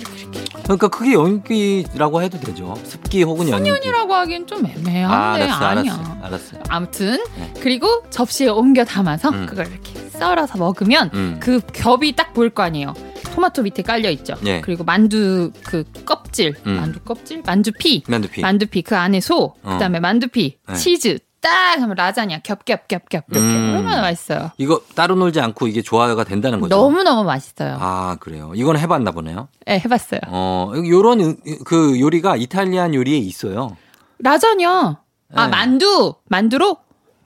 그러니까 그게 연기라고 해도 되죠. 습기 혹은 연기.
라고 하기엔 좀
아,
애매한데
알았어,
아, 니야
알았어, 알았어.
아무튼
네.
그리고 접시에 옮겨 담아서
음.
그걸 이렇게 썰어서 먹으면
음.
그 겹이 딱 보일 거 아니에요. 토마토 밑에 깔려 있죠.
예.
그리고 만두 그 껍질,
음.
만두 껍질, 만두피,
만두피. 어.
만두피 그 안에 소, 그다음에 만두피,
네.
치즈 딱 하면 라자냐 겹겹겹겹 이렇게
음.
얼마나 맛있어요.
이거 따로 놀지 않고 이게 조화가 된다는 거죠.
너무 너무 맛있어요.
아 그래요. 이건 해봤나 보네요.
예, 해봤어요.
어 요런 으- 그 요리가 이탈리안 요리에 있어요.
라자냐, 아
네.
만두, 만두로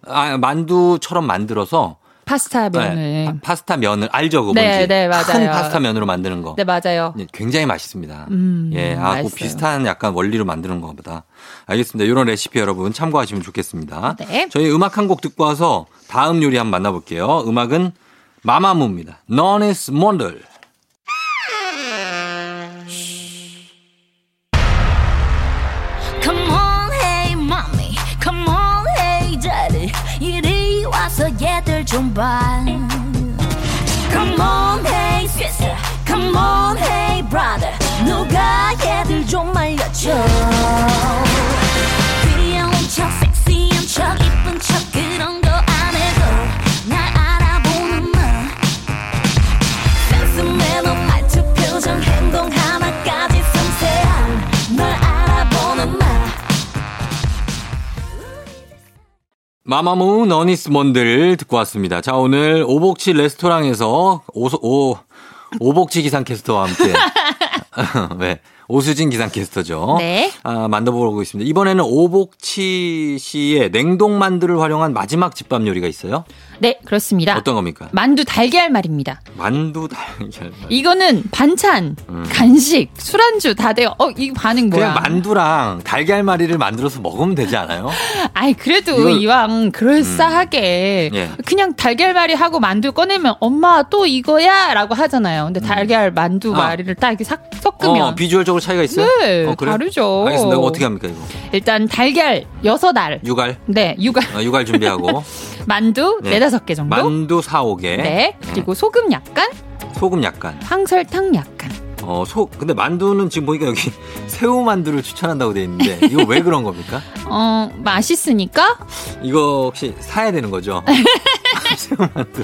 아 만두처럼 만들어서
파스타
네,
면을. 네,
파- 파스타 면을 알죠, 그
네,
뭔지.
네, 맞아요.
큰 파스타 면으로 만드는 거.
네, 맞아요.
예, 굉장히 맛있습니다.
음,
예, 아, 그
맛있어요.
비슷한 약간 원리로 만드는 것보다. 알겠습니다. 이런 레시피 여러분 참고하시면 좋겠습니다.
네.
저희 음악 한 곡 듣고 와서 다음 요리 한번 만나볼게요. 음악은 마마무입니다. Non is Wonder.
Come on, hey, mommy. Come on, hey, daddy. 이리 와서 얘들 좀 봐. Come on, hey, sister. Come on, hey, brother. 누가 얘들 좀 말려줘. 귀여운 척, 섹시한 척, 이쁜 척, 그런 거 안 해도 날 알아보는 너. 센스 매너 말투 표정 행동 하나까지 섬세한 널 알아보는 나
마마무 너니스 먼들 듣고 왔습니다. 자, 오늘 오복치 레스토랑에서 오, 오, 오복치 기상캐스터와 함께. 네. 오수진 기상캐스터죠.
네.
아, 만나보고 있습니다. 이번에는 오복치 씨의 냉동 만두를 활용한 마지막 집밥 요리가 있어요.
네, 그렇습니다.
어떤 겁니까? 네.
만두 달걀 말입니다.
만두 아, 달걀.
이거는 반찬, 간식, 술안주 다 돼요. 어, 이 반응 뭐야?
음. 그냥 만두랑 달걀말이를 만들어서 먹으면 되지 않아요?
아이, 그래도
이걸-
이왕 그럴싸하게
음. 예.
그냥 달걀말이 하고 만두 꺼내면 엄마 또 이거야? 라고 하잖아요. 근데 달걀 만두
음. 아.
말이를 딱 이렇게 삭, 섞으면
어, 비주얼적으로 차이가 있어요?
네,
어, 그래요?
다르죠.
알겠습니다. 이거 어떻게 합니까, 이거?
일단 달걀 여섯 알.
육알?
네, 육알.
어, 육알 준비하고.
만두
네.
네 다섯 개 정도.
만두 4, 5개.
네. 그리고 소금 약간,
소금 약간.
황설탕 약간.
어, 소, 근데 만두는 지금 보니까 여기 새우 만두를 추천한다고 돼 있는데 이거 왜 그런 겁니까?
어, 맛있으니까
이거 혹시 사야 되는 거죠?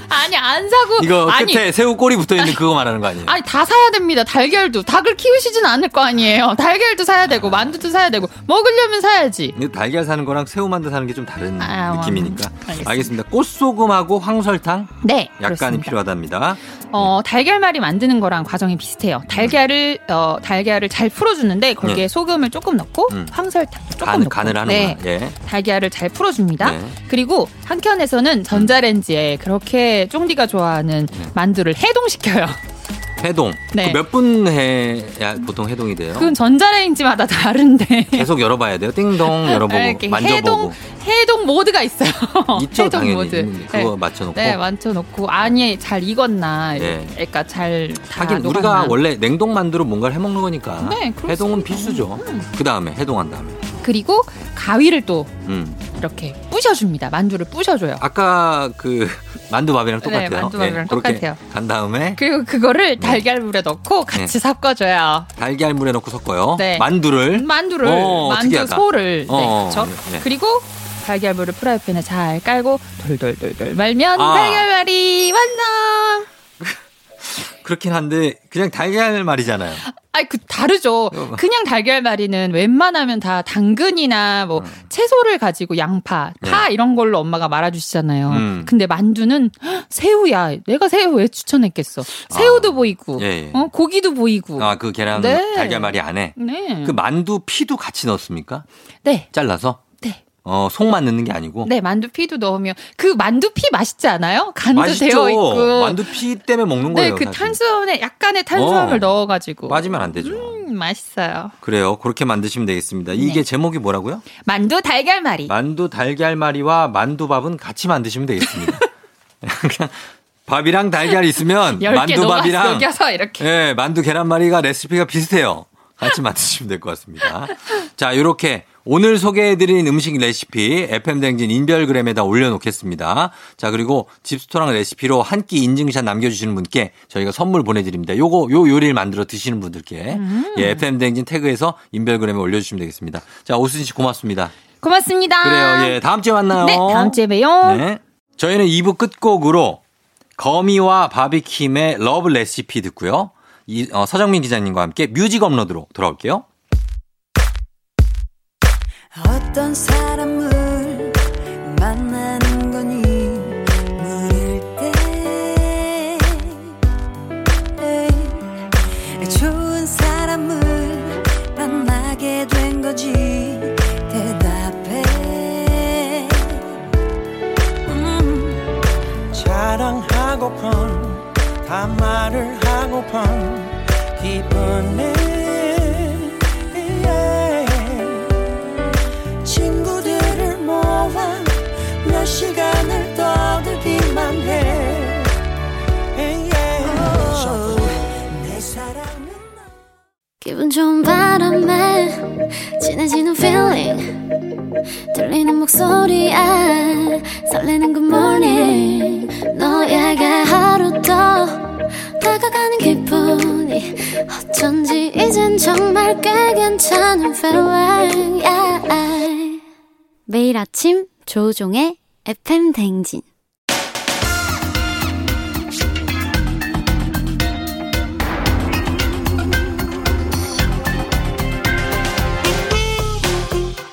아니 안 사고
이거
아니
끝에 새우 꼬리 붙어 있는 그거 말하는 거 아니에요?
아니 다 사야 됩니다. 달걀도 닭을 키우시진 않을 거 아니에요. 달걀도 사야 되고 만두도 사야 되고 먹으려면 사야지.
근데 달걀 사는 거랑 새우 만두 사는 게 좀 다른
아,
느낌이니까.
음,
알겠습니다.
알겠습니다.
꽃소금하고 황설탕
네,
약간이
그렇습니다.
필요하답니다.
어, 달걀말이 만드는 거랑 과정이 비슷해요. 달걀을 어, 달걀을 잘 풀어주는데 거기에
네.
소금을 조금 넣고
음.
황설탕 조금
간,
넣고
간을
네,
하는구나. 예.
달걀을 잘 풀어줍니다.
네.
그리고 한 켠에서는 전자레인지에 그렇게 쫑디가 좋아하는
네.
만두를 해동시켜요.
어. 해동.
네.
몇 분 해야 보통 해동이 돼요?
그건 전자레인지마다 다른데.
계속 열어봐야 돼요. 띵동 열어보고
네, 이렇게
만져보고.
해동 해동 모드가 있어요.
있죠
해동
당연히.
모드.
음, 그거
네.
맞춰놓고.
네, 만져놓고 아니 잘 익었나,
네.
그러니까 잘 다
하긴 우리가
녹았나.
원래 냉동 만두로 뭔가를 해먹는 거니까
네, 그렇습니다.
해동은 필수죠. 그 다음에 해동한 다음에.
그리고 가위를 또
음.
이렇게 부셔줍니다. 만두를 부셔줘요.
아까 그 만두밥이랑 똑같아요. 예,
네, 만두밥이랑
그렇게
똑같아요.
간 다음에
그리고 그거를 달걀물에 넣고 같이
네.
섞어줘요.
달걀 물에 넣고 섞어요.
네.
만두를
만두를
어,
만두
특이하다.
소를
어,
네, 그렇죠.
네.
그리고 달걀물을 프라이팬에 잘 깔고 돌돌돌돌 말면
아.
달걀말이 완성.
그렇긴 한데 그냥 달걀 말이잖아요.
아니 그 다르죠.
어.
그냥 달걀말이는 웬만하면 다 당근이나
어.
뭐 채소를 가지고 양파, 파 이런 걸로 엄마가 말아주시잖아요.
네. 음.
근데 만두는 헉, 새우야. 내가 새우 왜 추천했겠어? 새우도 보이고,
아. 예, 예.
어, 고기도 보이고.
아 그 계란
네.
달걀 말이 안에
네.
그 만두 피도 같이 넣습니까?
네,
잘라서
네.
어 속만 넣는 게 아니고
네, 만두피도 넣으면 그 만두피 맛있지 않아요? 간도
맛있죠.
되어 있고.
만두 피 때문에 먹는
네,
거예요.
그
사실.
탄수화물에 약간의 탄수화물
어.
넣어가지고.
빠지면 안 되죠.
음, 맛있어요.
그래요. 그렇게 만드시면
네.
되겠습니다. 이게 제목이 뭐라고요?
만두 달걀말이.
만두 달걀말이와 만두밥은 같이 만드시면 되겠습니다. 그냥 밥이랑 달걀 있으면
10개 녹아,
만두밥이랑
녹여서 이렇게.
예, 만두 계란말이가 레시피가 비슷해요. 같이 만드시면 될 것 같습니다. 자, 요렇게 오늘 소개해드린 음식 레시피 FM댕진 인별그램에다 올려놓겠습니다. 자, 그리고 집스토랑 레시피로 한 끼 인증샷 남겨주시는 분께 저희가 선물 보내드립니다. 요거, 요 요리를 만들어 드시는 분들께
음.
예, FM댕진 태그에서 인별그램에 올려주시면 되겠습니다. 자, 오수진 씨 고맙습니다.
고맙습니다.
그래요. 예, 다음 주에 만나요.
아. 네, 다음 주에 봬요.
네. 저희는 2부 끝곡으로 거미와 바비킴의 러브 레시피 듣고요. 이, 어, 서정민 기자님과 함께 뮤직 업로드로 돌아올게요.
어떤 사람을 만나는 건 인물일 때 에이, 좋은 사람을 만나게 된 거지 대답해 음,
자랑하고픈 다 말을 하고픈 기분에
친구들을 모아 몇 시간을 떠들기만 해 내 사랑은
기분 좋은 바람에 진해지는 feeling 들리는 목소리에 설레는 good morning 너에게 하루 더 다가가는 기분이 어쩐지 이젠 정말 꽤 괜찮은 feeling yeah. 매일 아침 조종의 FM 댕진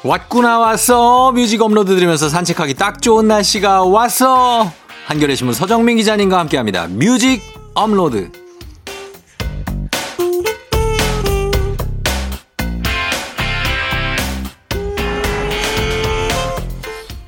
왔구나 왔어. 뮤직 업로드 들으면서 산책하기 딱 좋은 날씨가 왔어. 한겨레 신문 서정민 기자님과 함께합니다. 뮤직 업로드.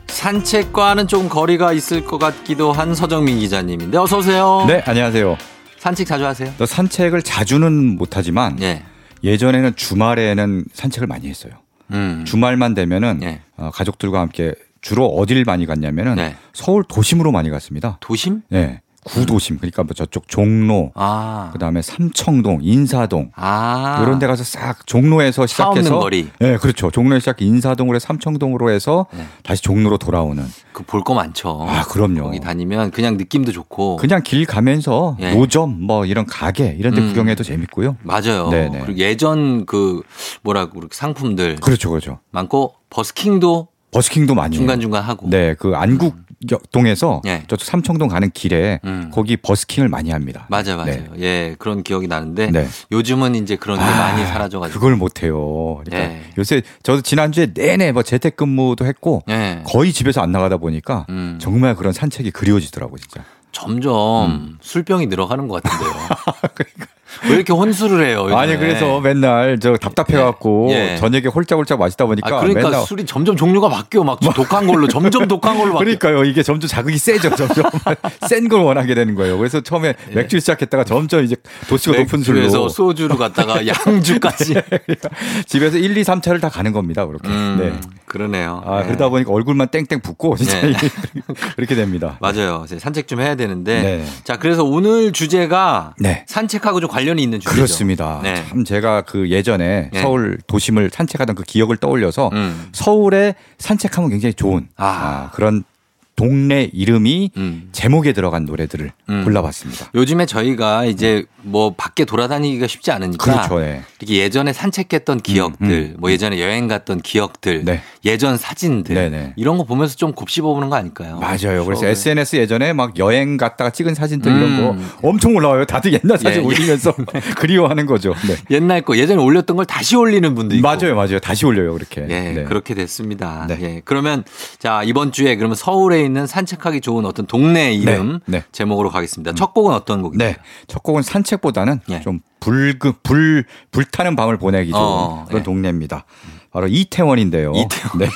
산책과는 좀 거리가 있을 것 같기도 한 서정민 기자님인데 어서 오세요.
네, 안녕하세요.
산책 자주 하세요?
또 산책을 자주는 못하지만
예.
예전에는 주말에는 산책을 많이 했어요.
음.
주말만 되면은
예.
어, 가족들과 함께 주로 어딜 많이 갔냐면은
네.
서울 도심으로 많이 갔습니다.
도심?
예. 구도심 그러니까 뭐 저쪽 종로
아.
그다음에 삼청동, 인사동
아.
이런 데 가서 싹 종로에서
차 없는
시작해서
거리.
예, 그렇죠. 종로에 시작 인사동으로 해서 삼청동으로 해서
네.
다시 종로로 돌아오는
그 볼 거 많죠.
아, 그럼요.
거기 다니면 그냥 느낌도 좋고.
그냥 길 가면서
예.
노점 뭐 이런 가게 이런 데
음.
구경해도 재밌고요.
맞아요.
네네.
그리고 예전 그 뭐라고 그렇게 상품들
그렇죠. 그렇죠.
많고 버스킹도
버스킹도 많이 해요.
중간중간 하고.
예. 네, 그 안국역동에서
예.
저쪽 삼청동 가는 길에
음.
거기 버스킹을 많이 합니다.
맞아 맞아요.
네.
예, 그런 기억이 나는데
네.
요즘은 이제 그런 게
아,
많이 사라져 가지고.
그걸 못 해요. 그러니까
예.
요새 저도 지난주에 내내 뭐 재택근무도 했고
예.
거의 집에서 안 나가다 보니까
음.
정말 그런 산책이 그리워지더라고 진짜. 음.
점점 술병이 늘어가는 것 같은데요. 왜 이렇게 혼술을 해요? 요즘에?
그러니까. 아니 그래서 어, 맨날 저 답답해 갖고
예. 예.
저녁에 홀짝홀짝 마시다 보니까
아, 그러니까
맨날 뭐.
술이 점점 종류가 바뀌어 막 독한 걸로 점점 독한 걸로 바뀌어.
그러니까요. 이게 점점 자극이 세죠. 점점 센 걸 원하게 되는 거예요. 그래서 처음에 맥주 시작했다가 점점 이제 도수가 높은
맥주에서
술로 네.
소주로 갔다가 양주까지.
집에서 1, 2, 3차를 다 가는 겁니다. 그렇게.
음,
네.
그러네요.
아,
네.
그러다 보니까 얼굴만 땡땡 붓고 진짜
네.
그렇게 됩니다.
맞아요. 이제 산책 좀 해야 되는데.
네.
자, 그래서 오늘 주제가
네.
산책하고 좀 관련이 있는 주제죠.
그렇습니다.
네.
참 제가 그 예전에
네.
서울 도심을 산책하던 그 기억을 떠올려서
음.
서울에 산책하면 굉장히 좋은
아.
아, 그런 동네 이름이 제목에 들어간 노래들을 골라봤습니다.
음. 요즘에 저희가 이제 뭐 밖에 돌아다니기가 쉽지 않으니까
그렇죠, 예. 음,
이렇게 예전에 산책했던 기억들, 뭐 예전에 여행 갔던 기억들, 예전 사진들
네. 네네.
이런 거 보면서 좀 곱씹어보는 거 아닐까요?
맞아요. 그래서
추억을.
SNS 예전에 막 여행 갔다가 찍은 사진들 이런
음.
거 엄청 올라와요. 다들 옛날 사진
예, 예.
올리면서 그리워하는 거죠. 네.
옛날 거 예전에 올렸던 걸 다시 올리는 분도 있고
맞아요, 맞아요. 다시 올려요, 그렇게.
예,
네.
그렇게 됐습니다. 예, 그러면 자 이번 주에 그러면 서울에 있는 산책하기 좋은 어떤 동네 이름
네, 네.
제목으로 가겠습니다. 첫 곡은 어떤 곡인가요? 예.
네. 첫 곡은 산책보다는 좀 불금 그, 불 불타는 밤을 보내기 좋은
어,
그런 동네입니다. 바로 이태원인데요. 이태원. 네.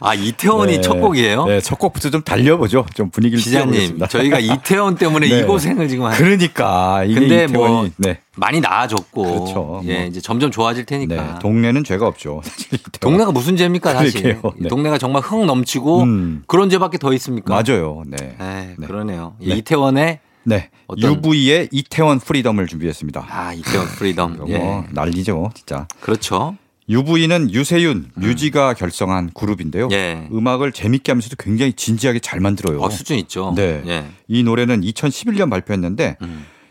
아 이태원이
네.
첫 곡이에요?
네, 첫 곡부터 좀 달려보죠. 좀 분위기를
기자님
띄워보겠습니다.
저희가 이태원 때문에
네.
이 고생을 지금 하는.
그러니까 이게
근데
이태원이
뭐
네.
많이 나아졌고
그렇죠.
예,
뭐.
이제 점점 좋아질 테니까
네, 동네는 죄가 없죠. 사실 이태원.
동네가 무슨 죄입니까 사실
그러게요. 네.
동네가 정말 흥 넘치고
음.
그런 죄밖에 더 있습니까?
맞아요. 네.
네, 그러네요.
네.
이태원의
네.
어떤-
UV의 이태원 프리덤을 준비했습니다.
아, 이태원 프리덤.
뭐
예.
난리죠, 진짜.
그렇죠.
UV는 유세윤, 뮤지가 결성한 그룹인데요.
음. 예.
음악을 재밌게 하면서도 굉장히 진지하게 잘 만들어요.
어, 수준 있죠.
네.
예.
이 노래는 2011년 발표했는데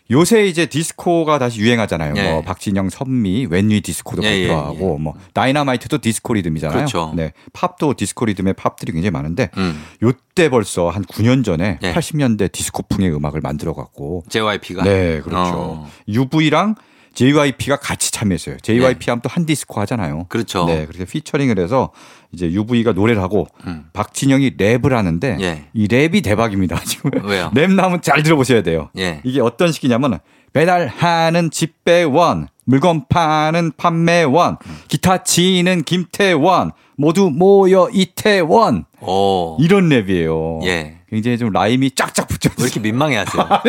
요새 이제 디스코가 다시 유행하잖아요.
음. 예.
뭐 박진영, 선미, 웬위 디스코도
예, 예,
발표하고 뭐 다이나마이트도 디스코 리듬이잖아요.
그렇죠.
네. 팝도 디스코 리듬의 팝들이 굉장히 많은데
음.
요때 벌써 한 9년 전에
예.
80년대 디스코풍의 음악을 만들어 갖고
JYP가
네, 그렇죠.
어.
UV랑 JYP가 같이 참여했어요. JYP 하면 또 한 디스코 하잖아요.
네. 그렇죠.
네, 그렇게 피처링을 해서 이제 UV가 노래를 하고
음.
박진영이 랩을 하는데
예.
이 랩이 대박입니다. 지금
왜요?
랩 나오면 잘 들어보셔야 돼요.
예.
이게 어떤 식이냐면 배달하는 집배원, 물건 파는 판매원, 기타 치는 김태원, 모두 모여 이태원
어.
이런 랩이에요.
예.
굉장히 좀 라임이 쫙쫙 붙여.
왜 이렇게 민망해 하세요?
아,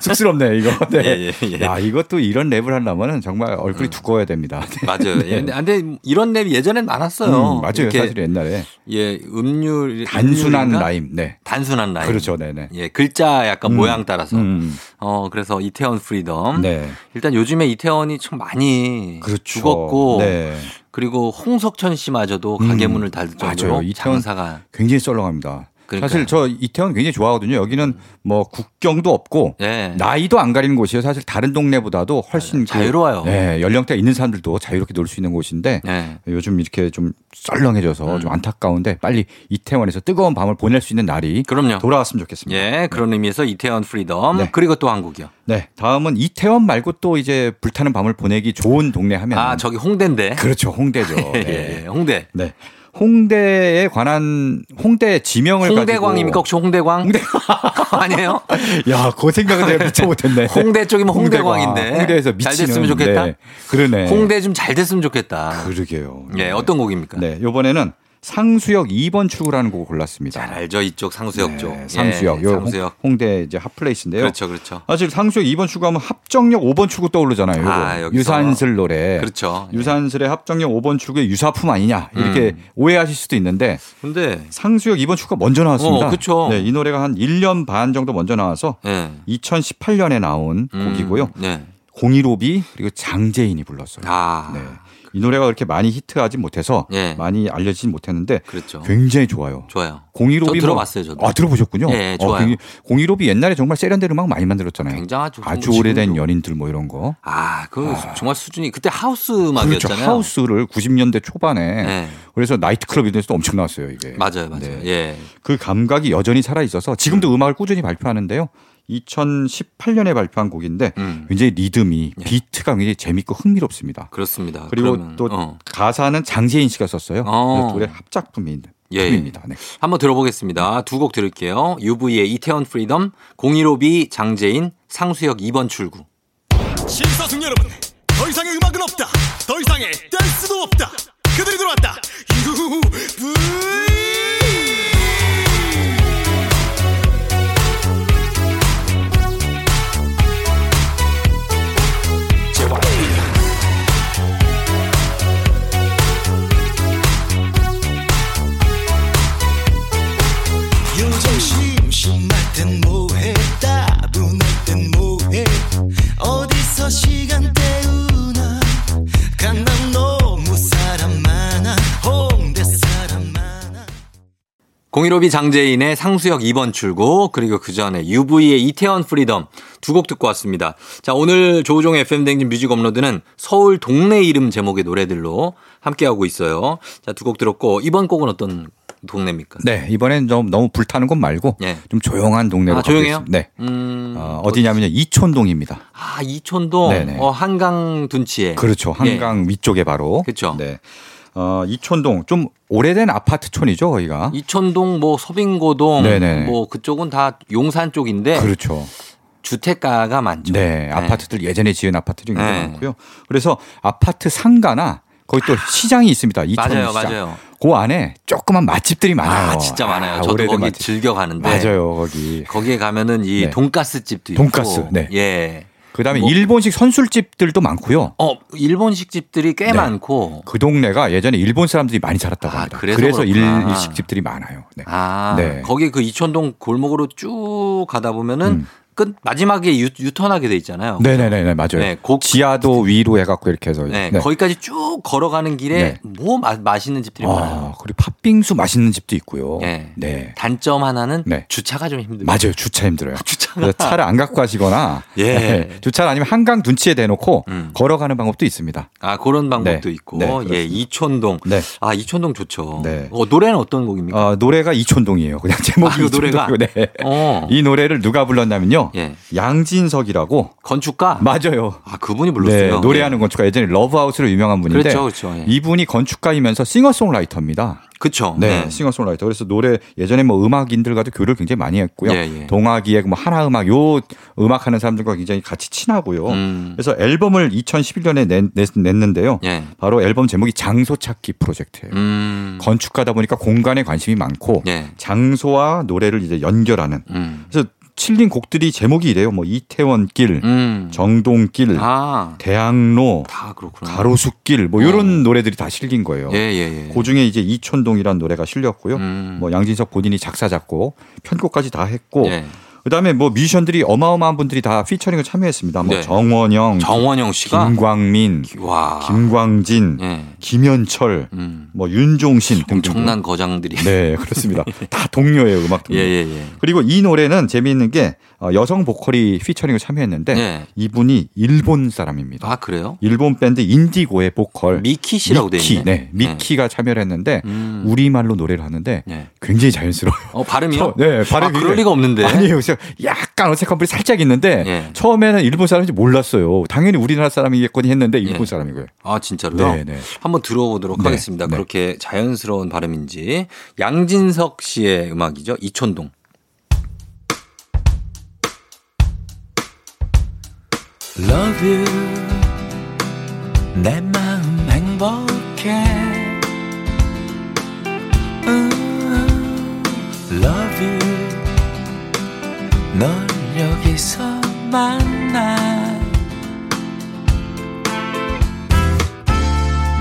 쑥스럽네 이거. 네.
예, 예, 예.
야 이것도 이런 랩을 하려면은 정말 얼굴이 두꺼워야 됩니다. 네.
맞아요.
네.
예. 근데, 근데 이런 랩이 예전엔 많았어요.
음, 맞아요.
이렇게,
사실 옛날에
예, 음률
단순한
음률인가?
라임. 네.
단순한 라임.
그렇죠, 네네.
예, 글자 약간
음.
모양 따라서.
음.
어, 그래서 이태원 프리덤.
네.
일단 요즘에 이태원이 참 많이
그렇죠.
죽었고
네.
그리고 홍석천 씨마저도 가게
음.
문을 닫을 정도로
맞아요. 이태원
장사가
굉장히 썰렁합니다.
그러니까요.
사실 저 이태원 굉장히 좋아하거든요. 여기는 뭐 국경도 없고
예.
나이도 안 가리는 곳이에요. 사실 다른 동네보다도 훨씬 그-
자유로워요.
네, 연령대 있는 사람들도 자유롭게 놀 수 있는 곳인데
예.
요즘 이렇게 좀 썰렁해져서 좀 안타까운데 빨리 이태원에서 뜨거운 밤을 보낼 수 있는 날이
그럼요.
돌아왔으면 좋겠습니다.
예, 그런 의미에서 이태원 프리덤
네.
그리고 또 한국이요.
네, 다음은 이태원 말고 또 이제 불타는 밤을 보내기 좋은 동네 하면
아, 저기 홍대인데.
그렇죠 홍대죠.
예,
네.
예, 홍대.
네. 홍대에 관한 홍대 지명을
홍대광입니까?
가지고
혹시 홍대광? 아니에요?
야, 그 생각은 내가 미쳐 못했네.
홍대 쪽이면
홍대광.
홍대광인데.
홍대에서
잘
미치는
됐으면 좋겠다.
네. 그러네.
홍대 좀 잘 됐으면 좋겠다.
그러게요.
예, 어떤 곡입니까?
네, 요번에는 상수역 2번 출구라는 곡을 골랐습니다.
잘 알죠. 이쪽 상수역
네,
쪽.
상수역.
예,
요
상수역.
홍, 대 이제 핫플레이스인데요.
그렇죠. 그렇죠.
사실 상수역 2번 출구하면 합정역 5번 출구 떠오르잖아요. 요거.
아, 여기서.
유산슬 노래.
그렇죠. 예. 음.
유산슬의 합정역 5번 출구의 유사품 아니냐 이렇게 오해하실 수도 있는데
근데
상수역 2번 출구가 먼저 나왔습니다.
어, 그쵸.
네, 이 노래가 한 1년 반 정도 먼저 나와서
예.
2018년에 나온
음,
곡이고요.
네.
공일오비 그리고 장재인이 불렀어요.
아.
네. 이 노래가 그렇게 많이 히트하지 못해서
예.
많이 알려지진 못했는데
그렇죠.
굉장히 좋아요.
좋아요.
공일오비
저 들어봤어요, 저도.
아 들어보셨군요.
예, 좋아요.
공일오비 옛날에 정말 세련된 음악 많이 만들었잖아요.
굉장하죠.
아주
지금도.
오래된 연인들 뭐 이런 거.
아, 그 정말 수준이 그때 하우스
그렇죠.
음악이었잖아요.
하우스를 90년대 초반에
네.
그래서 나이트클럽 이런 데서도 엄청 나왔어요 이게.
맞아요, 맞아요.
네.
예.
그 감각이 여전히 살아 있어서 지금도 음악을 꾸준히 발표하는데요. 2018년에 발표한 곡인데
음.
굉장히 리듬이 비트가 굉장히 재밌고 흥미롭습니다.
그렇습니다.
아. 그리고
그러면,
또
어.
가사는 장재인 씨가 썼어요.
어.
그래서 둘의 합작품입니다.
예.
품입니다. 네.
한번 들어보겠습니다. 두 곡 들을게요. UV의 이태원 프리덤, 015B 장재인, 상수역 2번 출구.
신사숙 여러분 더 이상의 음악은 없다 더 이상의 댄스도 없다 그들이 들어왔다 유후 요즘 심심할 땐 뭐해 따분할 땐 뭐해 어디서 시간 때우나 간난 너무 사람
015B 장재인의 상수역 2번 출구 그리고 그 전에 UV의 이태원 프리덤 두 곡 듣고 왔습니다. 자 오늘 조우종 FM 댕진 뮤직 업로드는 서울 동네 이름 제목의 노래들로 함께하고 있어요. 자 두 곡 들었고 이번 곡은 어떤 동네입니까?
네, 이번엔 좀 너무 불타는 곳 말고
예.
좀 조용한 동네로
아, 조용해요?
가보겠습니다. 네.
음,
어, 어디냐면요. 이촌동입니다.
아 이촌동
네네.
어, 한강 둔치에 예.
그렇죠. 한강 위쪽에 바로.
그쵸.
네. 어, 이촌동 좀 오래된 아파트촌이죠, 거기가.
이촌동 뭐 서빙고동
네네.
뭐 그쪽은 다 용산 쪽인데
그렇죠.
주택가가 많죠.
네, 아파트들 예전에 지은 아파트들이 굉장히
네.
많고요. 그래서 아파트 상가나 거기 또 시장이 있습니다. 이촌
맞아요,
시장.
맞아요.
그 안에 조그만 맛집들이 많아요.
아, 진짜 많아요. 저도
오래된
거기
맛집.
즐겨 가는데.
맞아요, 거기.
거기에 가면은 이
네.
돈가스 집도
돈가스,
있고,
네.
예.
그다음에
뭐-
일본식 선술집들도 많고요.
어 일본식 집들이 꽤
네.
많고,
그 동네가 예전에 일본 사람들이 많이 살았다고
아,
합니다.
그래서
일,
그렇구나.
일식 집들이 많아요. 네.
아
네.
거기 그 이촌동 골목으로 쭉 가다 보면은
음.
끝 마지막에 유, 유턴하게 돼 있잖아요.
네네네 맞아요.
네, 곡-
지하도 위로 해갖고 이렇게 해서
네,
네.
거기까지 쭉 걸어가는 길에
네.
뭐 마- 맛있는 집들이 많아요.
아, 그리고 팥빙수 맛있는 집도 있고요.
예.
네.
단점 하나는
네.
주차가 좀 힘들어요.
맞아요. 주차 힘들어요.
주차가
그래서 차를 안 갖고 가시거나
예.
네, 주차를 아니면 한강 둔치에 대놓고
음.
걸어가는 방법도 있습니다.
아 그런 방법도
네.
있고,
네,
예
그렇습니다.
이촌동.
네.
아 이촌동 좋죠.
네.
어, 노래는 어떤 곡입니까?
어, 노래가 이촌동이에요. 그냥 제목이
아, 이 노래가?
이촌동이고, 네.
어.
이 노래를 누가 불렀냐면요.
예.
양진석이라고
건축가?
맞아요.
아 그분이 불렀어요.
네, 노래하는 건축가 예전에 러브하우스로 유명한 분인데
그렇죠, 그렇죠. 예.
이분이 건축가이면서 싱어송라이터입니다.
그쵸.
네, 싱어송라이터. 그래서 노래 예전에 뭐 음악인들과도 교류를 굉장히 많이 했고요.
예, 예.
동아기획 뭐 하나 음악 요 음악 하는 사람들과 굉장히 같이 친하고요.
음.
그래서 앨범을 2011년에 낸, 는데요
예.
바로 앨범 제목이 장소 찾기 프로젝트예요.
음.
건축가다 보니까 공간에 관심이 많고
예.
장소와 노래를 이제 연결하는.
음.
그래서 칠린 곡들이 제목이 이래요. 뭐 이태원길,
음.
정동길,
아.
대학로,
다 그렇구나. 어.
가로수길 뭐 이런 노래들이 다 실린 거예요.
예, 예, 예.
그 중에 이제 이촌동이라는 노래가 실렸고요.
음.
뭐 양진석 본인이 작사 작곡 편곡까지 다 했고
예.
그다음에 뭐 뮤지션들이 어마어마한 분들이 다 피처링을 참여했습니다. 뭐
네.
정원영,
정원영 씨가
김광민,
와.
김광진,
예.
김현철,
음.
뭐 윤종신 등등
엄청난 거장들이.
네 그렇습니다. 다 동료예요 음악 동료.
예, 예, 예.
그리고 이 노래는 재미있는 게 어, 여성 보컬이 피처링을 참여했는데
네.
이분이 일본 사람입니다.
아, 그래요?
일본 밴드 인디고의 보컬
미키 씨라고 돼
미키,
있네.
네, 미키가 참여를 했는데
음.
우리말로 노래를 하는데
네.
굉장히 자연스러워요.
어, 발음이요?
저- 네, 발음이
아, 그럴
굉장히-
리가 없는데.
아니에요. 그래서 약간 어색한 분이 살짝 있는데
예.
처음에는 일본 사람인지 몰랐어요. 당연히 우리나라 사람이겠거니 했는데 일본
예.
사람이고요.
아, 진짜로요?
네, 네.
한번 들어보도록
네,
하겠습니다.
네.
그렇게 자연스러운 발음인지. 양진석 씨의 음악이죠. 이촌동.
Love you 내 마음 행복해 음, Love you 널 여기서 만나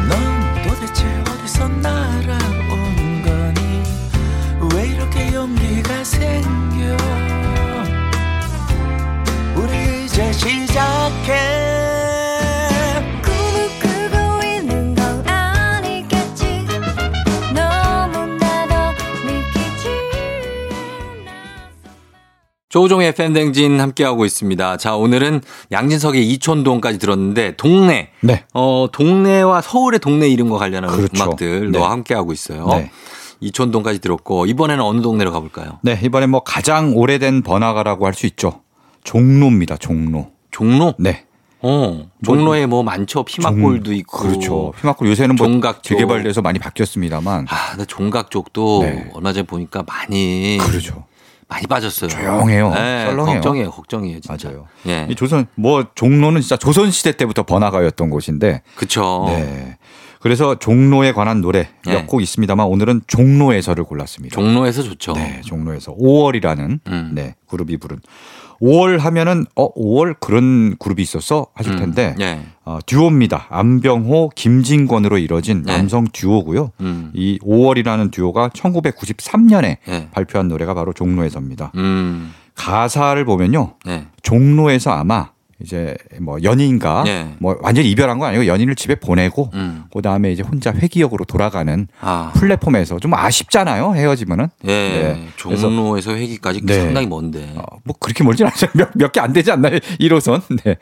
넌 도대체 어디서 날아온 거니 왜 이렇게 용기가 생겨 우리 이제 시작해
꿈을 꾸고 있는 건 아니겠지 너무 나도 믿기지
조종의 팬댕진 함께하고 있습니다. 자, 오늘은 양진석의 이촌동까지 들었는데, 동네.
네.
어, 동네와 서울의 동네 이름과 관련한
그렇죠.
음악들로
네.
함께하고 있어요.
네.
이촌동까지 들었고, 이번에는 어느 동네로 가볼까요?
네, 이번에 뭐 가장 오래된 번화가라고 할 수 있죠. 종로입니다. 종로.
종로?
네.
어, 종로에 뭐 많죠. 피막골도
종-
있고.
그렇죠. 피막골 요새는 뭐
종각도.
재개발돼서 많이 바뀌었습니다만
아, 근데 종각 쪽도
네.
얼마 전에 보니까 많이.
그렇죠.
많이 빠졌어요.
조용해요.
네,
썰렁해요.
걱정이에요. 걱정이에요. 진짜.
맞아요.
예.
이 조선 뭐 종로는 진짜 조선 시대 때부터 번화가였던 곳인데
그쵸.
네. 그래서 종로에 관한 노래 몇
어. 네.
곡 있습니다만 오늘은 종로에서를 골랐습니다.
종로에서 좋죠.
네, 종로에서 5월이라는
음.
네, 그룹이 부른 5월 하면은 어 5월 그런 그룹이 있었어 하실
음,
텐데
예.
어, 듀오입니다. 안병호, 김진권으로 이뤄진
네.
남성 듀오고요.
음.
이 5월이라는 듀오가 1993년에
네.
발표한 노래가 바로 종로에서입니다.
음.
가사를 보면요.
네.
종로에서 아마 이제 뭐 연인과
예.
뭐 완전히 이별한 건 아니고 연인을 집에 보내고
음.
그다음에 이제 혼자 회기역으로 돌아가는
아.
플랫폼에서 좀 아쉽잖아요 헤어지면은
예.
네. 그래서
종로에서 회기까지
네.
상당히 먼데.
어, 뭐 그렇게 멀진 않죠 몇몇 개 안 되지 않나요 1호선 네.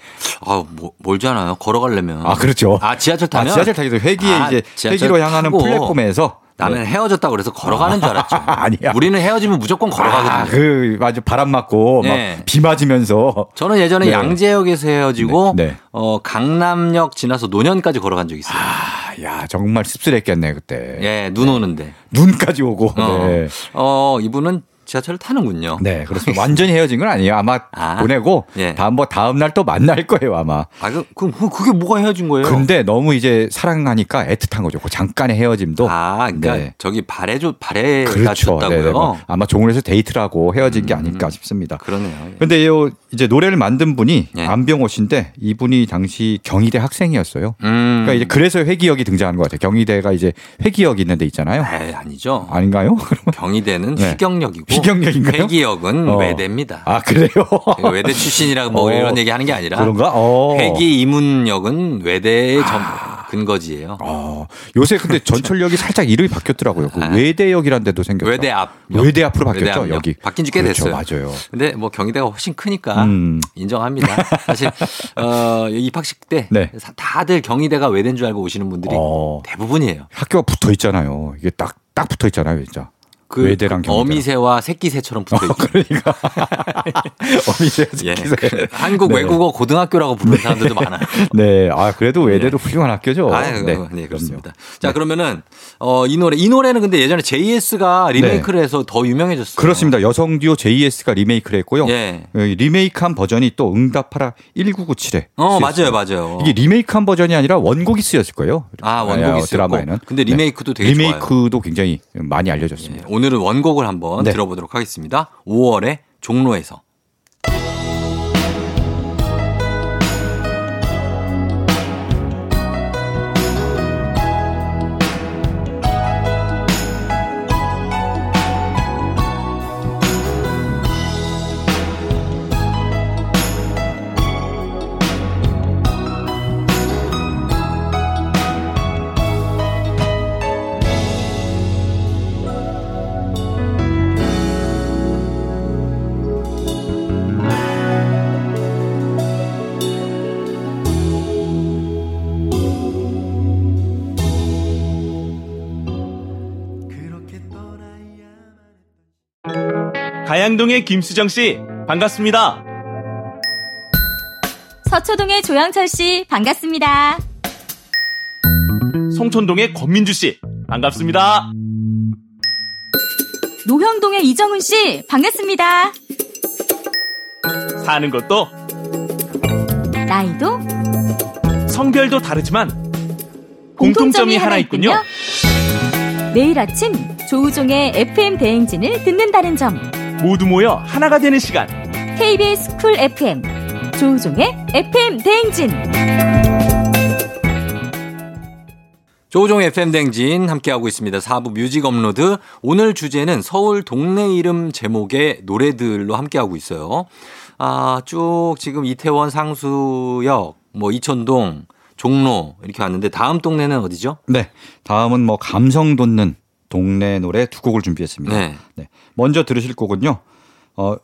아, 뭐, 멀잖아요. 걸어가려면.
아 그렇죠
아, 지하철
아,
타면?
지하철 타기도 회기에
아,
이제
지하철
회기로 향하는
타고
플랫폼에서 네.
나는 헤어졌다고 그래서 걸어가는 줄 알았죠.
아니야.
우리는 헤어지면 무조건 걸어가거든요.
아, 그 아주 바람 맞고
네.
막 비 맞으면서
저는 예전에
네.
양재역에서 헤어지고
네, 네.
어, 강남역 지나서 노년까지 걸어간 적이 있어요.
아, 야 정말 씁쓸했겠네 그때
예, 눈 오는데.
눈까지 오고
어,
네.
어, 이분은 지하철을 타는군요.
네, 그렇습니다. 완전히 헤어진 건 아니에요. 아마
아.
보내고
예.
다음 뭐 다음 날 또 만날 거예요, 아마.
아, 그, 그, 그게 뭐가 헤어진 거예요?
근데 너무 이제 사랑하니까 애틋한 거죠. 그 잠깐의 헤어짐도.
아, 그러니까
네.
저기 발해줘 발해가
그렇죠.
줬다고요. 음.
네네, 뭐 아마 종로에서 데이트라고 헤어진 게 아닐까 싶습니다.
그러네요. 예.
근데 요 이제 노래를 만든 분이
예.
안병호 씨인데 이분이 당시 경희대 학생이었어요.
음.
그러니까 이제 그래서 회기역이 등장한 것 같아요. 경희대가 이제 회기역 있는 데 있잖아요.
에이, 아니죠.
아닌가요? 그러면
경희대는
네.
희경역이고
희경역인가요?
회기역은
어.
음, 외대입니다.
아 그래요?
제가 외대 출신이라 뭐
어.
이런 얘기하는 게 아니라
그런가? 어. 아.
회기 이문역은 외대의 전 근거지예요.
어, 요새 근데 전철역이 살짝 이름이 바뀌었더라고요. 그
그렇죠. 아.
외대역이란 데도 생겼죠.
외대 앞.
외대 앞으로 바뀌었죠,
외대 앞역.
여기.
바뀐 지 꽤
그렇죠,
됐어요.
맞아요.
근데 뭐 경희대가 훨씬 크니까
음.
인정합니다. 사실 어, 입학식 때
네.
사- 다들 경희대가 외대인 줄 알고 오시는 분들이
어.
대부분이에요.
학교가 붙어 있잖아요. 이게 딱, 딱 붙어 있잖아요, 진짜.
그
외대랑 경희대.
어미새와 새끼새처럼 붙어 있죠.
그러니까. 어미새.
예.
기세.
그 한국
네.
외국어 고등학교라고 부르는 사람들도 많아요. 예.
네. 아, 그래도 외대도 훌륭한 학교죠.
아, 네.
네.
네, 그렇습니다. 자, 그러면은 어, 이 노래 이 노래는 근데 예전에 JS가 리메이크를 해서 더 유명해졌어요.
네. 그렇습니다. 여성 듀오 JS가 리메이크를 했고요.
예.
어, 리메이크한 버전이 또 응답하라 1997에.
어, 맞아요. 맞아요.
이게 리메이크한 버전이 아니라 원곡이 쓰였을 거예요.
아, 원곡이
어,
쓰였고.
드라마에는.
근데
네.
리메이크도 되게
리메이크도 굉장히 많이 알려졌습니다.
네, 오늘은 원곡을 한번
네.
들어보도록 하겠습니다. 5월에 종로에서.
가양동의 김수정 씨 반갑습니다.
서초동의 조영철 씨 반갑습니다.
송촌동의 권민주 씨 반갑습니다.
노형동의 이정훈 씨 반갑습니다.
사는 것도
나이도
성별도 다르지만 공통점이 하나 있군요.
매일 아침 조우종의 FM 대행진을 듣는다는 점.
모두 모여 하나가 되는 시간.
KBS 쿨 FM 조우종의 FM 대행진.
조종 FM 댕진 함께하고 있습니다. 4부 뮤직 업로드. 오늘 주제는 서울 동네 이름 제목의 노래들로 함께하고 있어요. 아, 쭉 지금 이태원 상수역, 뭐 이천동, 종로 이렇게 왔는데 다음 동네는 어디죠?
네. 다음은 뭐 감성 돋는 동네 노래 두 곡을 준비했습니다.
네.
네. 먼저 들으실 곡은요. 어,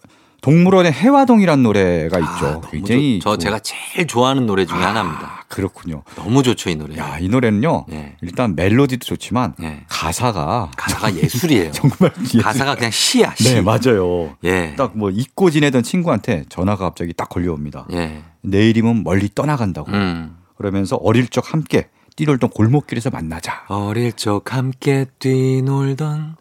동물원의 해화동이라는 노래가
아,
있죠.
너무
굉장히
좋- 저
그-
제가 제일 좋아하는 노래 중에 하나입니다.
아, 그렇군요.
너무 좋죠, 이 노래.
야, 이 노래는요.
네.
일단 멜로디도 좋지만
네.
가사가
가사가 예술이에요.
정말 예술-
가사가 그냥 시야, 시.
네, 맞아요.
예.
딱 뭐 잊고 지내던 친구한테 전화가 갑자기 딱 걸려옵니다.
예.
내일이면 멀리 떠나간다고.
음.
그러면서 어릴 적 함께 뛰놀던 골목길에서 만나자.
어릴 적 함께 뛰놀던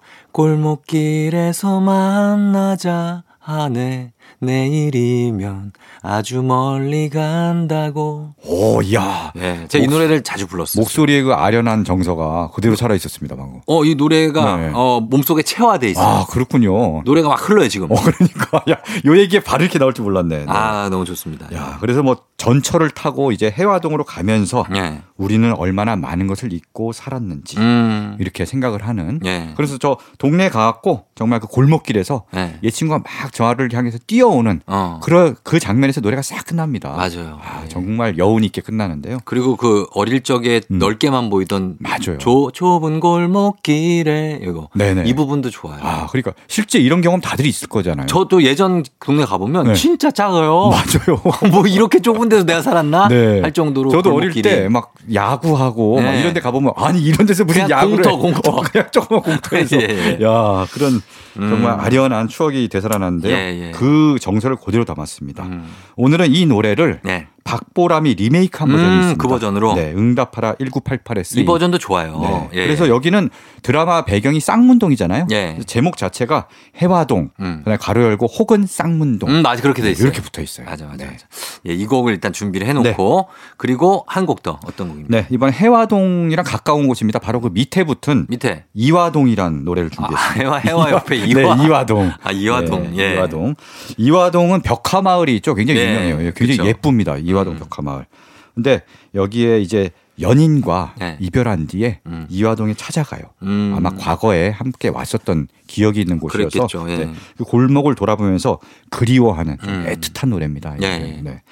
골목길에서 만나자 하네 내일이면 아주 멀리 간다고
오, 야.
예, 제가 이
목-
노래를 자주 불렀어요.
목소리의 그 아련한 정서가 그대로 살아 있었습니다, 방금.
어, 이 노래가
네.
어, 몸속에 체화돼 있어요.
아, 그렇군요.
노래가 막 흘러요, 지금.
어, 그러니까. 야, 요 얘기에 바로 이렇게 나올 줄 몰랐네. 네.
아, 너무 좋습니다.
야, 그래서 뭐 전철을 타고 이제 해화동으로 가면서
예.
우리는 얼마나 많은 것을 잊고 살았는지
음.
이렇게 생각을 하는.
예.
그래서 저 동네 가갖고 정말 그 골목길에서
예.
얘 친구가 막 저를 향해서 뛰 뛰어오는
어.
그러, 그 장면에서 노래가 싹 끝납니다.
맞아요.
아,
예.
정말 여운 있게 끝나는데요.
그리고 그 어릴 적에
음.
넓게만 보이던
맞아요.
조, 좁은 골목길에 이거
네네.
이 부분도 좋아요.
아, 그러니까 실제 이런 경험 다들 있을 거잖아요.
저도 예전 동네 가보면
네.
진짜 작아요.
맞아요.
뭐 이렇게 좁은 데서 내가 살았나
네.
아, 할 정도로
저도 어릴
골목길이.
때 막 야구하고 막
네.
이런 데 가보면 아니 이런 데서 무슨
그냥
야구를
공터,
해.
공터.
어, 그냥 조그만 공터에서
예, 예.
야 그런
음.
정말 아련한 추억이 되살아났는데요.
예, 예.
그 정서를 그대로 담았습니다.
음.
오늘은 이 노래를
네.
박보람이 리메이크한 버전이
음,
있습니다.
그 버전으로?
네, 응답하라 1988에 쓰인.
이 버전도 좋아요.
네.
예.
그래서 여기는 드라마 배경이 쌍문동이잖아요.
예.
그래서 제목 자체가 해화동,
음.
그다음에 가로 열고 혹은 쌍문동
음, 맞아 그렇게 돼 있어요.
이렇게 붙어 있어요.
맞아, 맞아,
네.
맞아. 예, 이 곡을 일단 준비를 해놓고 그리고 한 곡 더 어떤 곡입니까?
네, 이번 해화동이랑 가까운 곳입니다. 바로 그 밑에 붙은
밑에
이화동이라는 노래를
아,
준비했습니다.
해와 해와 옆에 이화
네, 이화동.
아, 이화동.
네,
예.
이화동. 이화동은 벽화마을이 있죠. 굉장히
예,
유명해요. 예, 굉장히
그쵸.
예쁩니다. 이화동
음.
벽화마을. 근데 여기에 이제 연인과
네.
이별한 뒤에
음.
이화동에 찾아가요.
음.
아마 과거에 함께 왔었던 기억이 있는 곳이어서
그랬겠죠. 예.
네, 그 골목을 돌아보면서 그리워하는 좀
음.
애틋한 노래입니다. 이
예,
노래는.
예.
네.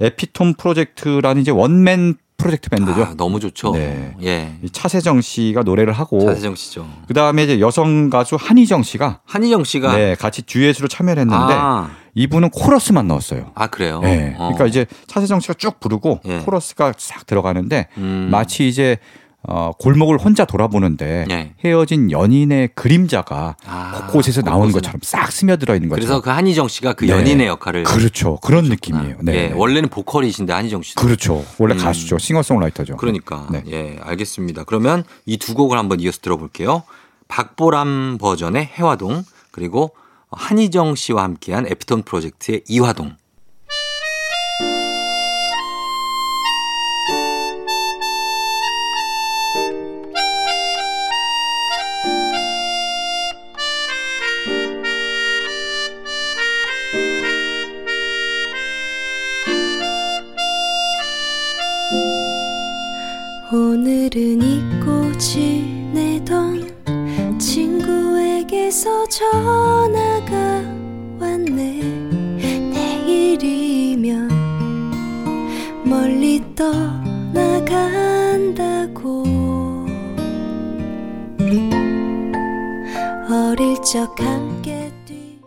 에피톤 프로젝트라는 이제 원맨 프로젝트 밴드죠.
아, 너무 좋죠.
네.
예.
이 차세정 씨가 노래를 하고
차세정 씨죠.
그 다음에 이제 여성 가수 한희정 씨가
한희정 씨가
네, 같이 듀엣으로 참여를 했는데
아,
이분은 코러스만 넣었어요.
아 그래요.
네.
어.
그러니까 이제 차세정 씨가 쭉 부르고
예.
코러스가 싹 들어가는데
음.
마치 이제 어, 골목을 혼자 돌아보는데
예.
헤어진 연인의 그림자가
아,
곳곳에서 나오는
곳곳에.
것처럼 싹 스며들어 있는
그래서
것처럼.
그 한희정 씨가 그
네.
연인의 역할을
그렇죠. 그런 느낌이에요. 네.
예, 원래는 보컬이신데 한희정 씨.
그렇죠. 원래
음.
가수죠. 싱어송라이터죠.
그러니까
네.
예 알겠습니다. 그러면 이 두 곡을 한번 이어서 들어볼게요. 박보람 버전의 해화동 그리고 한희정 씨와 함께한 에피톤 프로젝트의 이화동.
오늘은 잊고 지내던 친구에게서 전화가 왔네 내일이면 멀리 떠나간다고 어릴 적 함께 뛰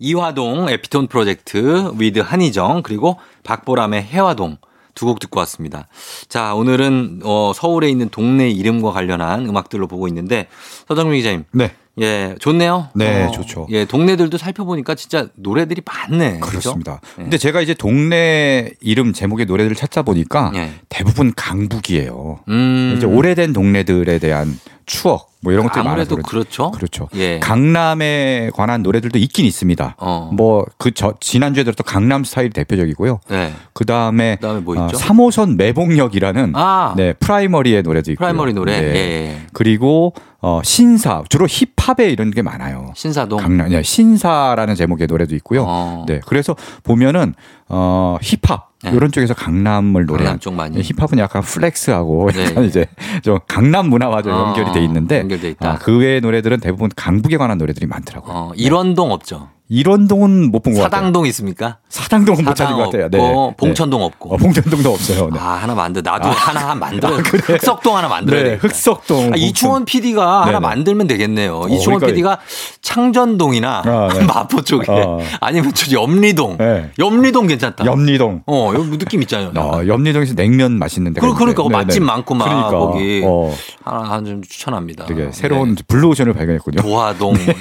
이화동 에피톤 프로젝트 위드 한희정 그리고 박보람의 해화동 두 곡 듣고 왔습니다. 자 오늘은 어, 서울에 있는 동네 이름과 관련한 음악들로 보고 있는데 서정민 기자님
네.
예 좋네요.
네, 좋죠.
예 동네들도 살펴보니까 진짜 노래들이 많네. 그죠?
그렇습니다.
예.
근데 제가 이제 동네 이름 제목의 노래를 찾다 보니까
예.
대부분 강북이에요.
음.
이제 오래된 동네들에 대한 추억 뭐 이런 것들이 많아서
아무래도
그런지.
그렇죠.
그렇죠.
예.
강남에 관한 노래들도 있긴 있습니다.
어.
뭐 그 저 지난주에 들었던 강남 스타일이 대표적이고요.
네.
그다음에
그다음에 뭐 있죠?
3호선 매봉역이라는
아.
네, 프라이머리의 노래도 있고
프라이머리 노래.
네.
예.
그리고 어 신사 주로 힙합에 이런 게 많아요.
신사동.
강남 예, 신사라는 제목의 노래도 있고요.
어.
네, 그래서 보면은 어 힙합
네.
이런 쪽에서 강남을 노래한
강남 쪽 많이.
예, 힙합은 약간 플렉스하고
네.
약간 이제 좀 강남 문화와 좀
어,
연결이 돼 있는데
연결돼 있다.
아, 그 외의 노래들은 대부분 강북에 관한 노래들이 많더라고요.
어, 일원동 없죠.
네. 일원동은 못 본 것 같아요.
사당동 있습니까?
사당동은 못 찾은
사당
것 같아요. 네.
없고 봉천동 없고.
어, 봉천동도 없어요. 네. 아,
아 하나 만들. 나도 하나 만들어. 흑석동 하나 만들어야
네,
돼.
흑석동.
아, 이충원 PD가 하나
네네.
만들면 되겠네요. 이충원 PD가
그러니까
창전동이나
아, 네.
마포 쪽에
어.
아니면 저 염리동.
네.
염리동 괜찮다.
염리동.
어, 여기 느낌 있잖아요.
어, 염리동에서 냉면 맛있는 데가
그러- 그러니까
있는데.
맛집 많고 막
네. 그러니까.
거기. 아,
어,
하나 하나 좀 추천합니다. 네,
되게 새로운 블루오션을 발견했군요.
도화동.
네.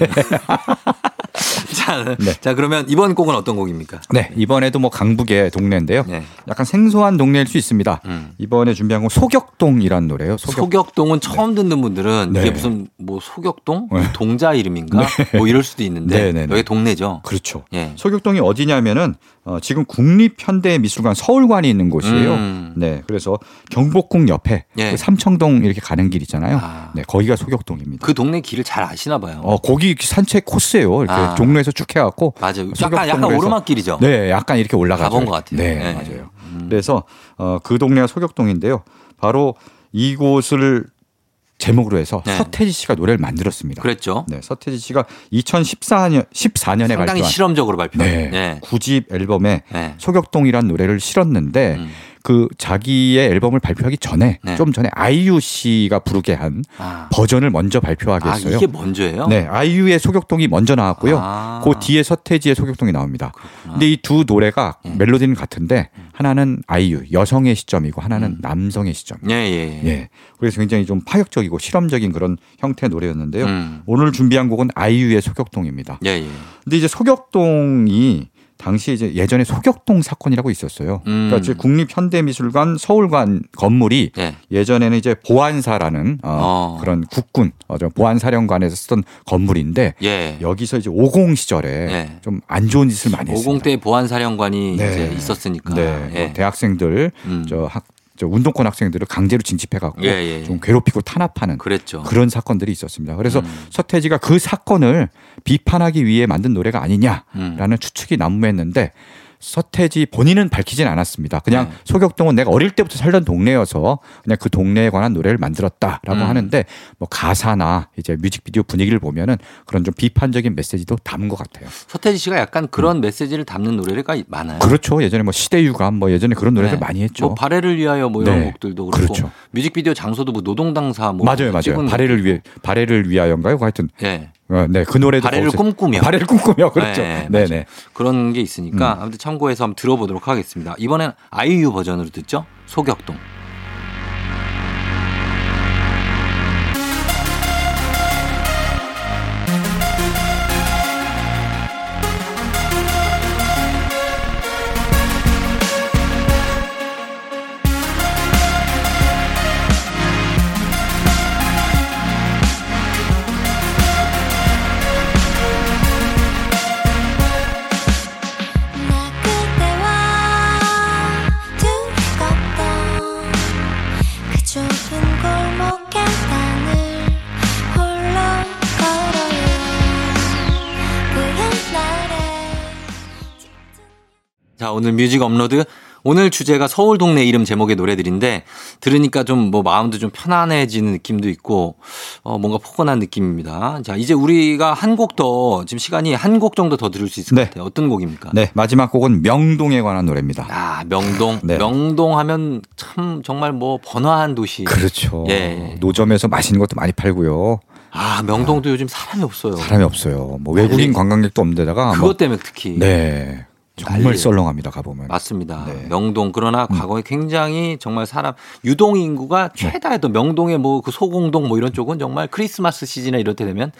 자, 자 그러면 이번 곡은 어떤 곡입니까?
네, 이번에도 뭐 강북의 동네인데요.
네.
약간 생소한 동네일 수 있습니다.
음.
이번에 준비한 건 소격동이라는 노래예요. 소격.
소격동. 은 처음 듣는 분들은
네.
이게 무슨 뭐 소격동
네.
동자 이름인가 뭐 이럴 수도 있는데
네, 네, 네.
여기 동네죠.
그렇죠.
예.
소격동이 어디냐면은 어, 지금 국립현대미술관 서울관이 있는 곳이에요.
음.
네, 그래서 경복궁 옆에
예.
그 삼청동 이렇게 가는 길 있잖아요.
아.
네, 거기가 소격동입니다.
그 동네 길을 잘 아시나 봐요.
어, 거기 산책 코스예요. 이렇게
아.
종로에서 쭉 해갖고
맞아요. 약간
소격동으로
약간
해서
오르막길이죠.
네, 약간 이렇게 올라가죠.
가본 것 같아요.
네,
네.
맞아요. 그래서 어, 그 동네가 소격동인데요. 바로 이곳을 제목으로 해서
네.
서태지 씨가 노래를 만들었습니다.
그랬죠.
네, 서태지 씨가 2014년 14년에
상당히
발표한
실험적으로 발표한.
네.
네.
구집 앨범에
네.
소격동이란 노래를 실었는데
음.
그 자기의 앨범을 발표하기 전에
네.
좀 전에 아이유 씨가 부르게 한
아,
버전을 먼저 발표하게
아,
했어요.
이게 먼저예요?
네, 아이유의 소격동이 먼저 나왔고요.
아.
그 뒤에 서태지의 소격동이 나옵니다.
그렇구나.
근데 이 두 노래가
예.
멜로디는 같은데 하나는 아이유 여성의 시점이고 하나는
음.
남성의 시점.
예, 예. 예.
예. 그래서 굉장히 좀 파격적이고 실험적인 그런 형태의 노래였는데요.
음.
오늘 준비한 곡은 아이유의 소격동입니다.
예, 예.
근데 이제 소격동이 당시 이제 예전에 소격동 사건이라고 있었어요.
음.
그러니까 이제 국립현대미술관 서울관 건물이
예.
예전에는 이제 보안사라는 어,
어.
그런 국군 어, 저 보안사령관에서 쓰던 건물인데
예.
여기서 이제 50 시절에
네.
좀 안 좋은 짓을 많이
50
했습니다.
대 보안사령관이
네.
이제 있었으니까.
네,
예.
뭐 대학생들
음.
저 학, 저 운동권 학생들을 강제로 진집해갖고
예, 예, 예.
좀 괴롭히고 탄압하는
그랬죠.
그런 사건들이 있었습니다. 그래서
음.
서태지가 그 사건을 비판하기 위해 만든 노래가 아니냐라는
음.
추측이 난무했는데 서태지 본인은 밝히진 않았습니다. 그냥
네.
소격동은 내가 어릴 때부터 살던 동네여서 그냥 그 동네에 관한 노래를 만들었다라고
음.
하는데 뭐 가사나 이제 뮤직비디오 분위기를 보면은 그런 좀 비판적인 메시지도 담은 것 같아요.
서태지 씨가 약간
음.
그런 메시지를 담는 노래가 많아요.
그렇죠. 예전에 뭐 시대유감 뭐 예전에 그런 노래들
네.
많이 했죠.
뭐 발해를 위하여 뭐 이런
네.
곡들도 그렇고
그렇죠.
뮤직비디오 장소도 뭐 노동당사 뭐
맞아요, 맞아요.
찍은-
발해를 위해 발해를 위하여인가요? 하여튼
예.
어, 네그 노래도
발해를
거기서-
꿈꾸며.
발해를 꿈꾸며 그렇죠.
네,
네, 음.
맞아요.
네.
그런 게 있으니까 아무튼 참고해서 한번 들어보도록 하겠습니다. 이번엔 아이유 버전으로 듣죠. 소격동.
나 그때와 두껍던 그 좁은 골목 계단을 홀로 걸어요 그 옛날에
자, 오늘 뮤직 업로드. 오늘 주제가 서울 동네 이름 제목의 노래들인데 들으니까 좀 뭐 마음도 좀 편안해지는 느낌도 있고 어 뭔가 포근한 느낌입니다. 자, 이제 우리가 한 곡 더 지금 시간이 한 곡 정도 더 들을 수 있을
네.
것 같아요. 어떤 곡입니까?
네, 마지막 곡은 명동에 관한 노래입니다.
아, 명동.
네.
명동 하면 참 정말 뭐 번화한 도시.
그렇죠.
예.
노점에서 맛있는 것도 많이 팔고요.
아, 명동도 요즘 사람이 없어요.
사람이 없어요. 뭐 외국인
난리.
관광객도 없는 데다가 뭐-
그것 때문에 특히.
네. 정말
난리예요.
썰렁합니다. 가보면.
맞습니다.
네.
명동 그러나 과거에 굉장히 정말 사람 유동 인구가
네.
최다였던 명동의 뭐 그 소공동 뭐 이런 쪽은 정말 크리스마스 시즌에 이럴 때 되면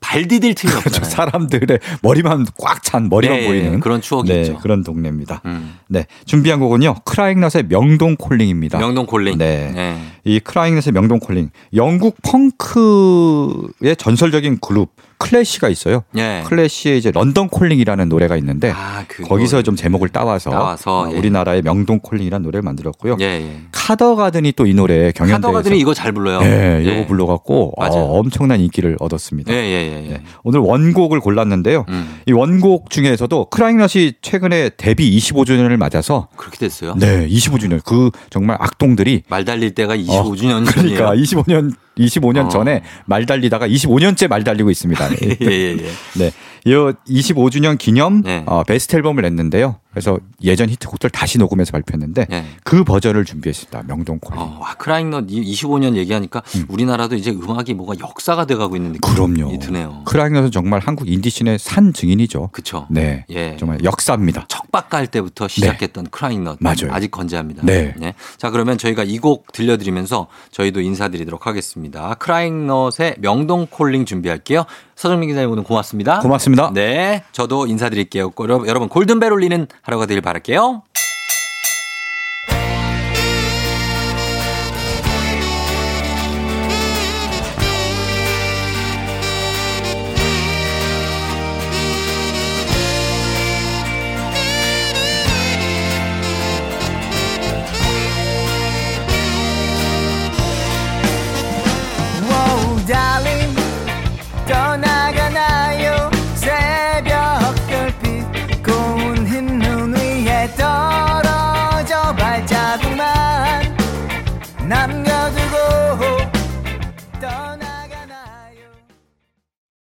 발 디딜 틈이
그렇죠.
없잖아요.
사람들의 머리만 꽉 찬 머리만
네,
보이는
그런 추억이
네,
있죠.
그런 동네입니다.
음.
네, 준비한 곡은요. 크라잉넛의 명동 콜링입니다.
명동 콜링.
네.
네.
이 크라잉넛의 명동 콜링. 영국 펑크의 전설적인 그룹 클래시가 있어요.
예.
클래시의 이제 런던 콜링이라는 노래가 있는데
아, 그
거기서
노래.
좀 제목을 따와서,
따와서,
어,
예.
우리나라의 명동 콜링이라는 노래를 만들었고요.
예, 예.
카더가든이 또 이 노래 경연대회에서
카더가들이 이거 잘 불러요.
예,
예.
이거 불러갖고 어,
맞아요.
엄청난 인기를 얻었습니다.
예, 예, 예. 예.
네. 오늘 원곡을 골랐는데요.
음.
이 원곡 중에서도 크라잉넛이 최근에 데뷔 25주년을 맞아서
그렇게 됐어요.
네, 25주년 그 정말 악동들이
말 달릴 때가 25주년 전이에요.
그러니까 25년 25년
어.
전에 말 달리다가 25년째 말 달리고 있습니다.
예, 예, 예.
네. 이 25주년 기념
네.
어, 베스트 앨범을 냈는데요. 그래서 예전 히트곡들 다시 녹음해서 발표했는데
예.
그 버전을 준비했습니다. 명동 콜.
어, 와, 크라잉넛 이 25년 얘기하니까 우리나라도 이제 음악이 뭐가 역사가 돼가고 있는 느낌이
음. 그럼요.
드네요.
크라잉넛은 정말 한국 인디씬의 산 증인이죠.
그쵸.
네.
예.
정말 역사입니다.
척박갈 때부터 시작했던 크라잉넛
네. 맞아요.
아직 건재합니다.
네.
자 그러면 저희가 이 곡 들려드리면서 저희도 인사드리도록 하겠습니다. 크라잉넛의 명동 콜링 준비할게요. 서정민 기자님 오늘 고맙습니다.
고맙습니다.
네, 저도 인사드릴게요. 여러분 골든벨 울리는 하루가 되길 바랄게요.